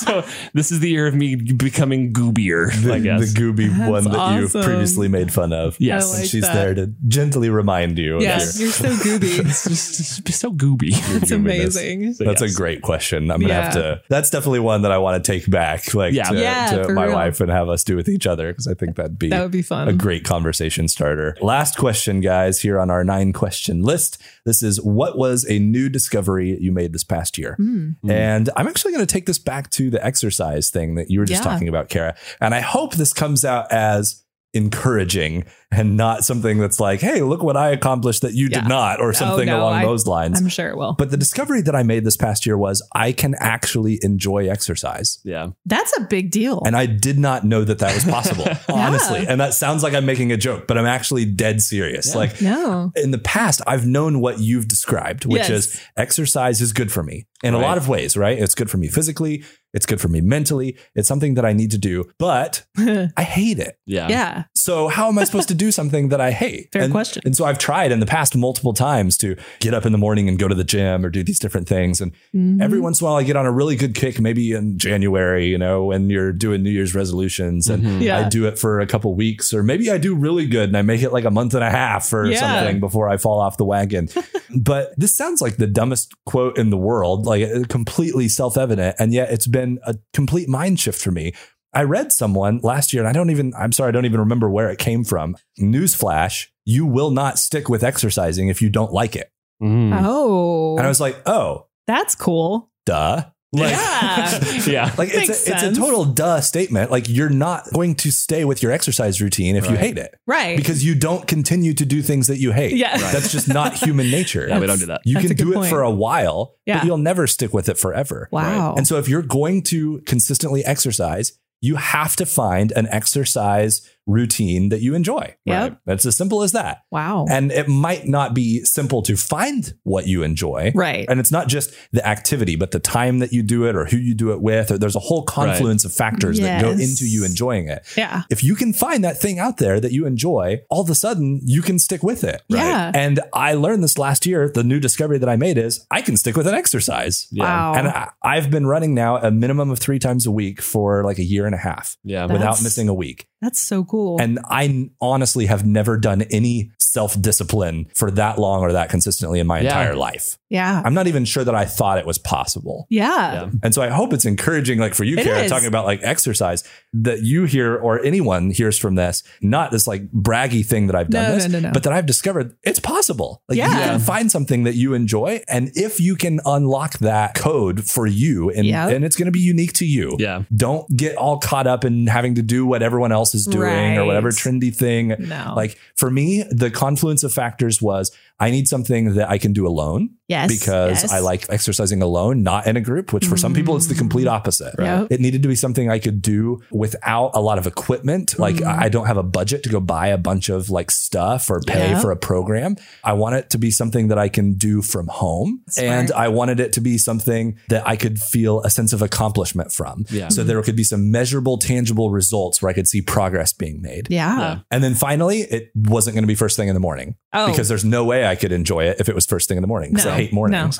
Speaker 4: so this is the year of me becoming goobier,
Speaker 2: the,
Speaker 4: I guess.
Speaker 2: the Gooby
Speaker 5: That's
Speaker 2: one that
Speaker 5: awesome.
Speaker 2: you previously made fun of.
Speaker 4: yes.
Speaker 5: I
Speaker 2: And
Speaker 5: like
Speaker 2: she's
Speaker 5: that.
Speaker 2: there to gently remind you. of
Speaker 5: Yeah.
Speaker 2: your-
Speaker 5: You're so goopy.
Speaker 4: it's just, it's so gooby.
Speaker 5: That's
Speaker 2: Goobiness.
Speaker 5: amazing.
Speaker 4: So
Speaker 2: That's
Speaker 4: yes.
Speaker 2: a great question. I'm gonna have
Speaker 5: Yeah.
Speaker 2: to. That's definitely one that I want to take back, like
Speaker 4: Yeah.
Speaker 2: to,
Speaker 1: Yeah,
Speaker 2: to
Speaker 1: for
Speaker 2: my
Speaker 1: real.
Speaker 2: wife and have us do with each other because I think that'd be
Speaker 5: That would be
Speaker 2: a
Speaker 5: fun.
Speaker 2: great conversation starter. Last question, guys, here on our nine question list. This is what was a new discovery you made this past year?
Speaker 5: Hmm.
Speaker 2: And I'm actually going to take this back to the exercise thing that you were just
Speaker 5: Yeah.
Speaker 2: talking about, Kara. And I hope this comes out as encouraging and not something that's like, hey, look what I accomplished that you
Speaker 5: Yeah. Oh,
Speaker 2: did not, or something
Speaker 5: no,
Speaker 2: along
Speaker 5: I-
Speaker 2: those lines.
Speaker 5: I'm sure it will.
Speaker 2: but the discovery that I made this past year was I can actually enjoy exercise.
Speaker 4: Yeah.
Speaker 1: That's a big deal.
Speaker 2: And I did not know that that was possible, honestly. And that sounds like I'm making a joke, but I'm actually dead serious. Like
Speaker 1: no.
Speaker 2: in the past, I've known what you've described, which
Speaker 5: Yes.
Speaker 2: is exercise is good for me in a
Speaker 4: Right.
Speaker 2: lot of ways, right? It's good for me physically, it's good for me mentally, it's something that I need to do, but I hate it.
Speaker 4: Yeah.
Speaker 1: Yeah.
Speaker 2: So how am I supposed to do something that I hate?
Speaker 1: Fair
Speaker 2: and,
Speaker 1: question.
Speaker 2: And so I've tried in the past multiple times to get up in the morning and go to the gym or do these different things. And every
Speaker 5: Mm-hmm.
Speaker 2: once in a while, I get on a really good kick, maybe in January, you know, when you're doing New Year's resolutions, and
Speaker 5: Mm-hmm. Yeah.
Speaker 2: I do it for a couple weeks, or maybe I do really good and I make it like a month and a half or
Speaker 5: Yeah.
Speaker 2: something before I fall off the wagon. but this sounds like the dumbest quote in the world, like uh, completely self evident, and yet it's been a complete mind shift for me. I read someone last year, and I don't even, I'm sorry, I don't even remember where it came from. Newsflash, you will not stick with exercising if you don't like it. Mm-hmm.
Speaker 4: Mm.
Speaker 5: Oh,
Speaker 2: And I was like, oh,
Speaker 5: that's cool.
Speaker 2: duh. Like,
Speaker 5: Yeah.
Speaker 4: Yeah.
Speaker 2: like
Speaker 5: Makes
Speaker 2: it's a, it's a
Speaker 5: sense.
Speaker 2: total duh statement. Like you're not going to stay with your exercise routine if you
Speaker 4: Right.
Speaker 2: hate it
Speaker 5: Right.
Speaker 2: because you don't continue to do things that you hate.
Speaker 5: Yeah. Right.
Speaker 2: That's just not human nature.
Speaker 4: Yeah, we don't do that.
Speaker 2: You
Speaker 5: That's
Speaker 2: can
Speaker 5: a good
Speaker 2: do it
Speaker 5: point.
Speaker 2: for a while,
Speaker 5: Yeah.
Speaker 2: but you'll never stick with it forever.
Speaker 5: wow.
Speaker 2: And so if you're going to consistently exercise, you have to find an exercise routine that you enjoy.
Speaker 5: Yep.
Speaker 2: That's as simple as that.
Speaker 5: wow.
Speaker 2: And it might not be simple to find what you enjoy.
Speaker 5: right.
Speaker 2: And it's not just the activity, but the time that you do it or who you do it with. Or there's a whole confluence of factors that go
Speaker 1: Yes.
Speaker 2: into you enjoying it.
Speaker 5: yeah.
Speaker 2: If you can find that thing out there that you enjoy, all of a sudden you can stick with it. right?
Speaker 5: Yeah.
Speaker 2: And I learned this last year. The new discovery that I made is I can stick with an exercise.
Speaker 4: Yeah.
Speaker 5: Wow.
Speaker 2: And I, I've been running now a minimum of three times a week for like a year and a half
Speaker 4: Yeah.
Speaker 1: That's-
Speaker 2: without missing a week.
Speaker 1: That's so cool.
Speaker 2: And I n- honestly have never done any self discipline for that long or that consistently in my
Speaker 4: Yeah.
Speaker 2: entire life.
Speaker 5: yeah.
Speaker 2: I'm not even sure that I thought it was possible.
Speaker 5: Yeah.
Speaker 4: Yeah.
Speaker 2: And so I hope it's encouraging, like for you,
Speaker 5: It
Speaker 2: Kara,
Speaker 5: is.
Speaker 2: talking about like exercise that you hear or anyone hears from this, not this like braggy thing that I've done
Speaker 5: No,
Speaker 2: this,
Speaker 5: no, no, no.
Speaker 2: but that I've discovered it's possible. Like you
Speaker 5: Yeah.
Speaker 2: can find something that you enjoy. And if you can unlock that code for you and,
Speaker 5: Yep.
Speaker 2: and it's going to be unique to you.
Speaker 4: Yeah.
Speaker 2: Don't get all caught up in having to do what everyone else is doing or whatever
Speaker 5: Right.
Speaker 2: trendy thing.
Speaker 5: No.
Speaker 2: Like for me, the confluence of factors was I need something that I can do alone.
Speaker 1: Yes.
Speaker 2: because
Speaker 1: yes.
Speaker 2: I like exercising alone, not in a group, which for some people it's the complete opposite.
Speaker 5: Right. Yep.
Speaker 2: It needed to be something I could do without a lot of equipment. Like I I don't have a budget to go buy a bunch of like stuff or pay
Speaker 5: Yeah.
Speaker 2: for a program. I want it to be something that I can do from home. And I wanted it to be something that I could feel a sense of accomplishment from.
Speaker 4: Yeah.
Speaker 2: So there could be some measurable, tangible results where I could see progress being made.
Speaker 5: Yeah.
Speaker 4: Yeah.
Speaker 2: And then finally, it wasn't going to be first thing in the morning
Speaker 1: Oh.
Speaker 2: because there's no way I could enjoy it if it was first thing in the morning because
Speaker 1: No,
Speaker 2: I hate mornings.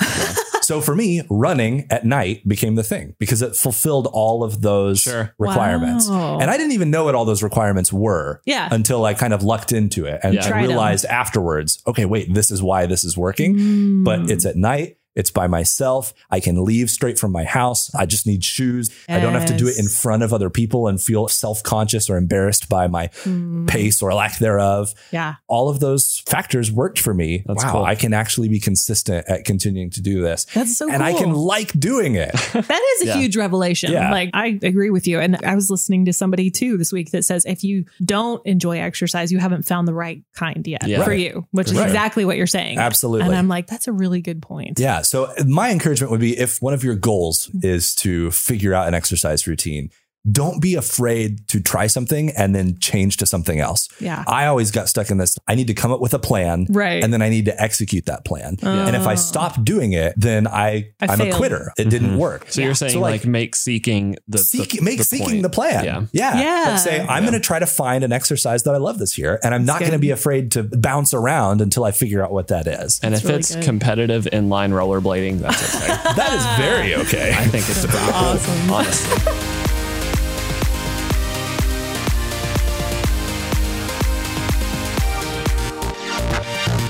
Speaker 2: so for me, running at night became the thing because it fulfilled all of those
Speaker 4: Sure.
Speaker 2: requirements.
Speaker 5: Wow.
Speaker 2: And I didn't even know what all those requirements were
Speaker 1: Yeah.
Speaker 2: until I kind of lucked into it and
Speaker 4: Yeah.
Speaker 2: I
Speaker 1: Uh. Tried 'em.
Speaker 2: realized afterwards, okay, wait, this is why this is working.
Speaker 1: Mm.
Speaker 2: But it's at night. It's by myself. I can leave straight from my house. I just need shoes. I don't have to do it in
Speaker 1: Yes.
Speaker 2: front of other people and feel self conscious or embarrassed by my
Speaker 5: Mm-hmm.
Speaker 1: Mm.
Speaker 2: pace or lack thereof
Speaker 1: yeah.
Speaker 2: all of those factors worked for me.
Speaker 4: That's
Speaker 2: wow,
Speaker 4: cool.
Speaker 2: I can actually be consistent at continuing to do this.
Speaker 1: That's so
Speaker 2: and
Speaker 1: cool.
Speaker 2: I can like doing it.
Speaker 1: That is a
Speaker 4: Yeah.
Speaker 1: huge revelation.
Speaker 2: Yeah.
Speaker 1: Like I agree with you. And I was listening to somebody too this week that says if you don't enjoy exercise, you haven't found the right kind yet
Speaker 4: Yeah.
Speaker 1: for
Speaker 2: Right.
Speaker 1: you, which
Speaker 2: Right.
Speaker 1: is exactly what you're saying.
Speaker 2: Absolutely.
Speaker 1: And I'm like, that's a really good point.
Speaker 2: yeah. So my encouragement would be if one of your goals
Speaker 4: Mm-hmm.
Speaker 2: is to figure out an exercise routine, don't be afraid to try something and then change to something else.
Speaker 1: Yeah.
Speaker 2: I always got stuck in this. I need to come up with a plan.
Speaker 1: Right. Oh.
Speaker 2: And then I need to execute that plan.
Speaker 1: Yeah.
Speaker 2: And if I stop doing it, then I,
Speaker 1: I
Speaker 2: I am a
Speaker 1: failed.
Speaker 2: quitter. It didn't
Speaker 4: Mhm.
Speaker 2: work.
Speaker 4: So you're saying
Speaker 2: So, like,
Speaker 4: like, make seeking the
Speaker 2: seek,
Speaker 4: the,
Speaker 2: make
Speaker 4: the
Speaker 2: seeking
Speaker 4: point.
Speaker 2: the plan.
Speaker 4: Yeah.
Speaker 2: Yeah.
Speaker 1: Yeah.
Speaker 2: Let's say I'm
Speaker 4: Yeah.
Speaker 2: going to try to find an exercise that I love this year, and I'm not
Speaker 1: good.
Speaker 2: going to be afraid to bounce around until I figure out what that is.
Speaker 4: And
Speaker 1: That's
Speaker 4: if
Speaker 1: really
Speaker 4: it's
Speaker 1: good.
Speaker 4: competitive inline rollerblading, that's okay.
Speaker 2: that is very okay.
Speaker 4: I think it's pretty
Speaker 1: Awesome.
Speaker 4: cool, honestly.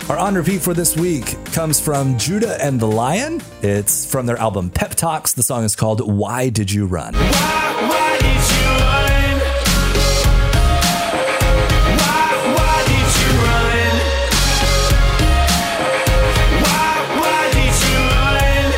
Speaker 2: Our on repeat for this week comes from Judah and the Lion. It's from their album Pep Talks. The song is called Why Did You Run?
Speaker 6: Why did you run? Why, why did you run? Why, why did you run?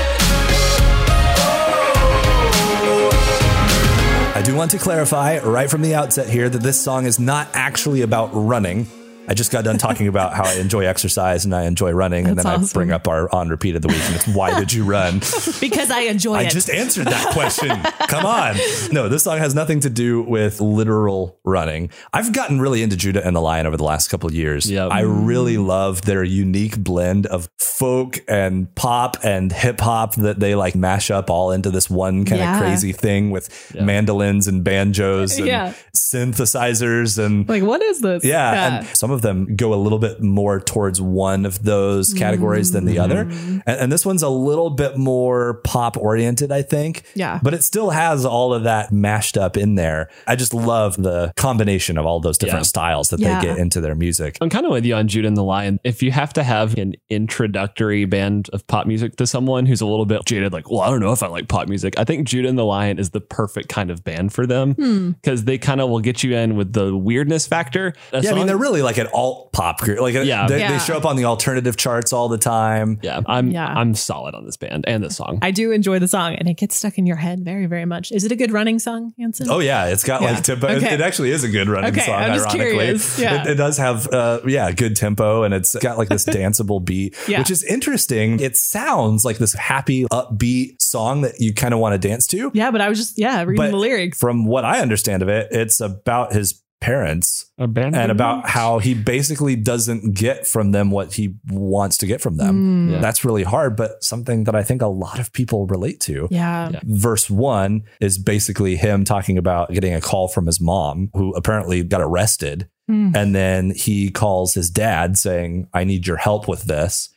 Speaker 6: Oh.
Speaker 2: I do want to clarify right from the outset here that this song is not actually about running. I just got done talking about how I enjoy exercise and I enjoy running, and
Speaker 1: That's
Speaker 2: then I
Speaker 1: awesome.
Speaker 2: bring up our on repeat of the week, and it's Why Did You Run?
Speaker 1: Because I enjoy
Speaker 2: I
Speaker 1: it.
Speaker 2: just answered that question. Come on. No, this song has nothing to do with literal running. I've gotten really into Judah and the Lion over the last couple of years.
Speaker 4: Yep.
Speaker 2: I really love their unique blend of folk and pop and hip hop that they like mash up all into this one kind
Speaker 1: Yeah.
Speaker 2: of crazy thing with mandolins and banjos and
Speaker 5: Yeah.
Speaker 2: synthesizers and
Speaker 5: Like, what is this?
Speaker 2: yeah, And some of them go a little bit more towards one of those categories than the other. And, and this one's a little bit more pop oriented, I think.
Speaker 5: Yeah.
Speaker 2: But it still has all of that mashed up in there. I just love the combination of all those different
Speaker 4: Yeah.
Speaker 2: styles that
Speaker 1: Yeah.
Speaker 2: they get into their music.
Speaker 4: I'm kind of with you on Jude and the Lion. If you have to have an introductory band of pop music to someone who's a little bit jaded, like, well, I don't know if I like pop music, I think Jude and the Lion is the perfect kind of band for them because they kind of will get you in with the weirdness factor. A
Speaker 2: Yeah, I mean,
Speaker 4: song-
Speaker 2: they're really like an alt pop group. Like,
Speaker 4: Yeah.
Speaker 2: They,
Speaker 5: Yeah.
Speaker 2: they show up on the alternative charts all the time.
Speaker 4: yeah, I'm
Speaker 1: Yeah.
Speaker 4: I'm solid on this band and this song.
Speaker 1: I do enjoy the song and it gets stuck in your head very, very much. Is it a good running song, Hanson?
Speaker 2: Oh yeah, it's got
Speaker 5: Yeah.
Speaker 2: like tempo. It-
Speaker 5: Okay.
Speaker 2: It actually is a good running
Speaker 5: Okay,
Speaker 2: song.
Speaker 5: I'm just
Speaker 2: ironically,
Speaker 5: curious. Yeah.
Speaker 2: it, it does have uh, yeah good tempo, and it's got like this danceable beat,
Speaker 5: Yeah.
Speaker 2: which is interesting. It sounds like this happy, upbeat song that you kind of want to dance to.
Speaker 1: Yeah, but I was just yeah, reading
Speaker 2: But
Speaker 1: the lyrics.
Speaker 2: From what I understand of it, it's about his parents
Speaker 4: A
Speaker 2: and
Speaker 4: band
Speaker 5: Mm-hmm.
Speaker 2: about how he basically doesn't get from them what he wants to get from
Speaker 5: Mm.
Speaker 1: Hmm.
Speaker 2: them.
Speaker 4: Yeah.
Speaker 2: That's really hard, but something that I think a lot of people relate to
Speaker 1: Yeah.
Speaker 4: Yeah.
Speaker 2: verse one is basically him talking about getting a call from his mom, who apparently got arrested.
Speaker 1: Hmm.
Speaker 2: And then he calls his dad saying, I need your help with this.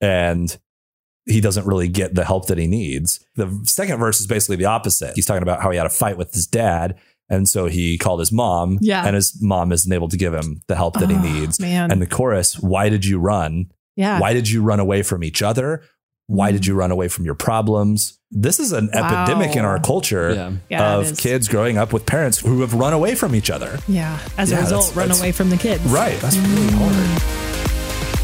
Speaker 2: And he doesn't really get the help that he needs. The second verse is basically the opposite. He's talking about how he had a fight with his dad. And so he called his mom.
Speaker 1: Yeah.
Speaker 2: And his mom isn't able to give him the help that he
Speaker 1: Oh,
Speaker 2: needs.
Speaker 1: man.
Speaker 2: And the chorus, Why did you run?
Speaker 1: Yeah.
Speaker 2: Why did you run away from each other? Why did you run away from your problems? This is an
Speaker 1: Wow.
Speaker 2: epidemic in our culture
Speaker 4: Yeah.
Speaker 1: Yeah, it
Speaker 2: of
Speaker 1: is.
Speaker 2: kids growing up with parents who have run away from each other.
Speaker 1: Yeah. As
Speaker 2: Yeah,
Speaker 1: a result,
Speaker 2: that's-
Speaker 1: run
Speaker 2: that's-
Speaker 1: away from the kids.
Speaker 2: Right. That's really hard.
Speaker 1: That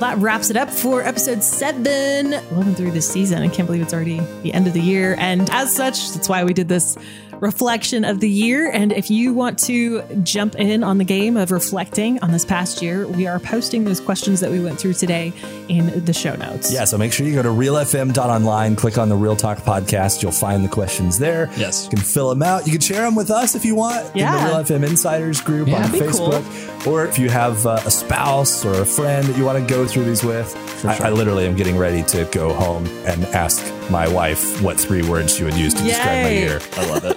Speaker 1: that wraps it up for episode seven. Living through this season. I can't believe it's already the end of the year. And as such, that's why we did this reflection of the year. And if you want to jump in on the game of reflecting on this past year, we are posting those questions that we went through today in the show notes.
Speaker 2: Yeah, so make sure you go to realfm.online, click on the Real Talk podcast. You'll find the questions there.
Speaker 4: Yes.
Speaker 2: You can fill them out. You can share them with us if you want in
Speaker 1: Yeah.
Speaker 2: the Real FM Insiders group
Speaker 4: Yeah,
Speaker 2: on
Speaker 5: be
Speaker 4: that'd
Speaker 5: cool.
Speaker 2: Facebook. Or if you have uh, a spouse or a friend that you want to go through these with. I,
Speaker 4: sure.
Speaker 2: I literally am getting ready to go home and ask my wife what three words she would use to describe my
Speaker 1: Yay.
Speaker 2: year.
Speaker 4: I love it.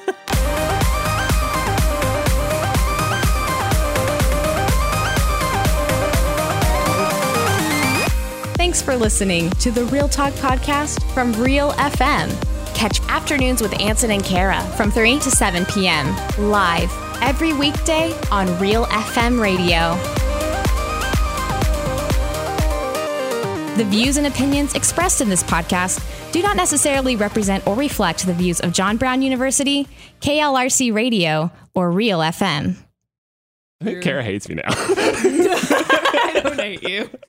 Speaker 3: Thanks for listening to the Real Talk podcast from Real FM. Catch afternoons with Anson and Kara from 3 to 7 p.m. live every weekday on Real FM radio. The views and opinions expressed in this podcast do not necessarily represent or reflect the views of John Brown University, KLRC Radio, or Real FM.
Speaker 4: Kara hates me now.
Speaker 5: I don't hate you.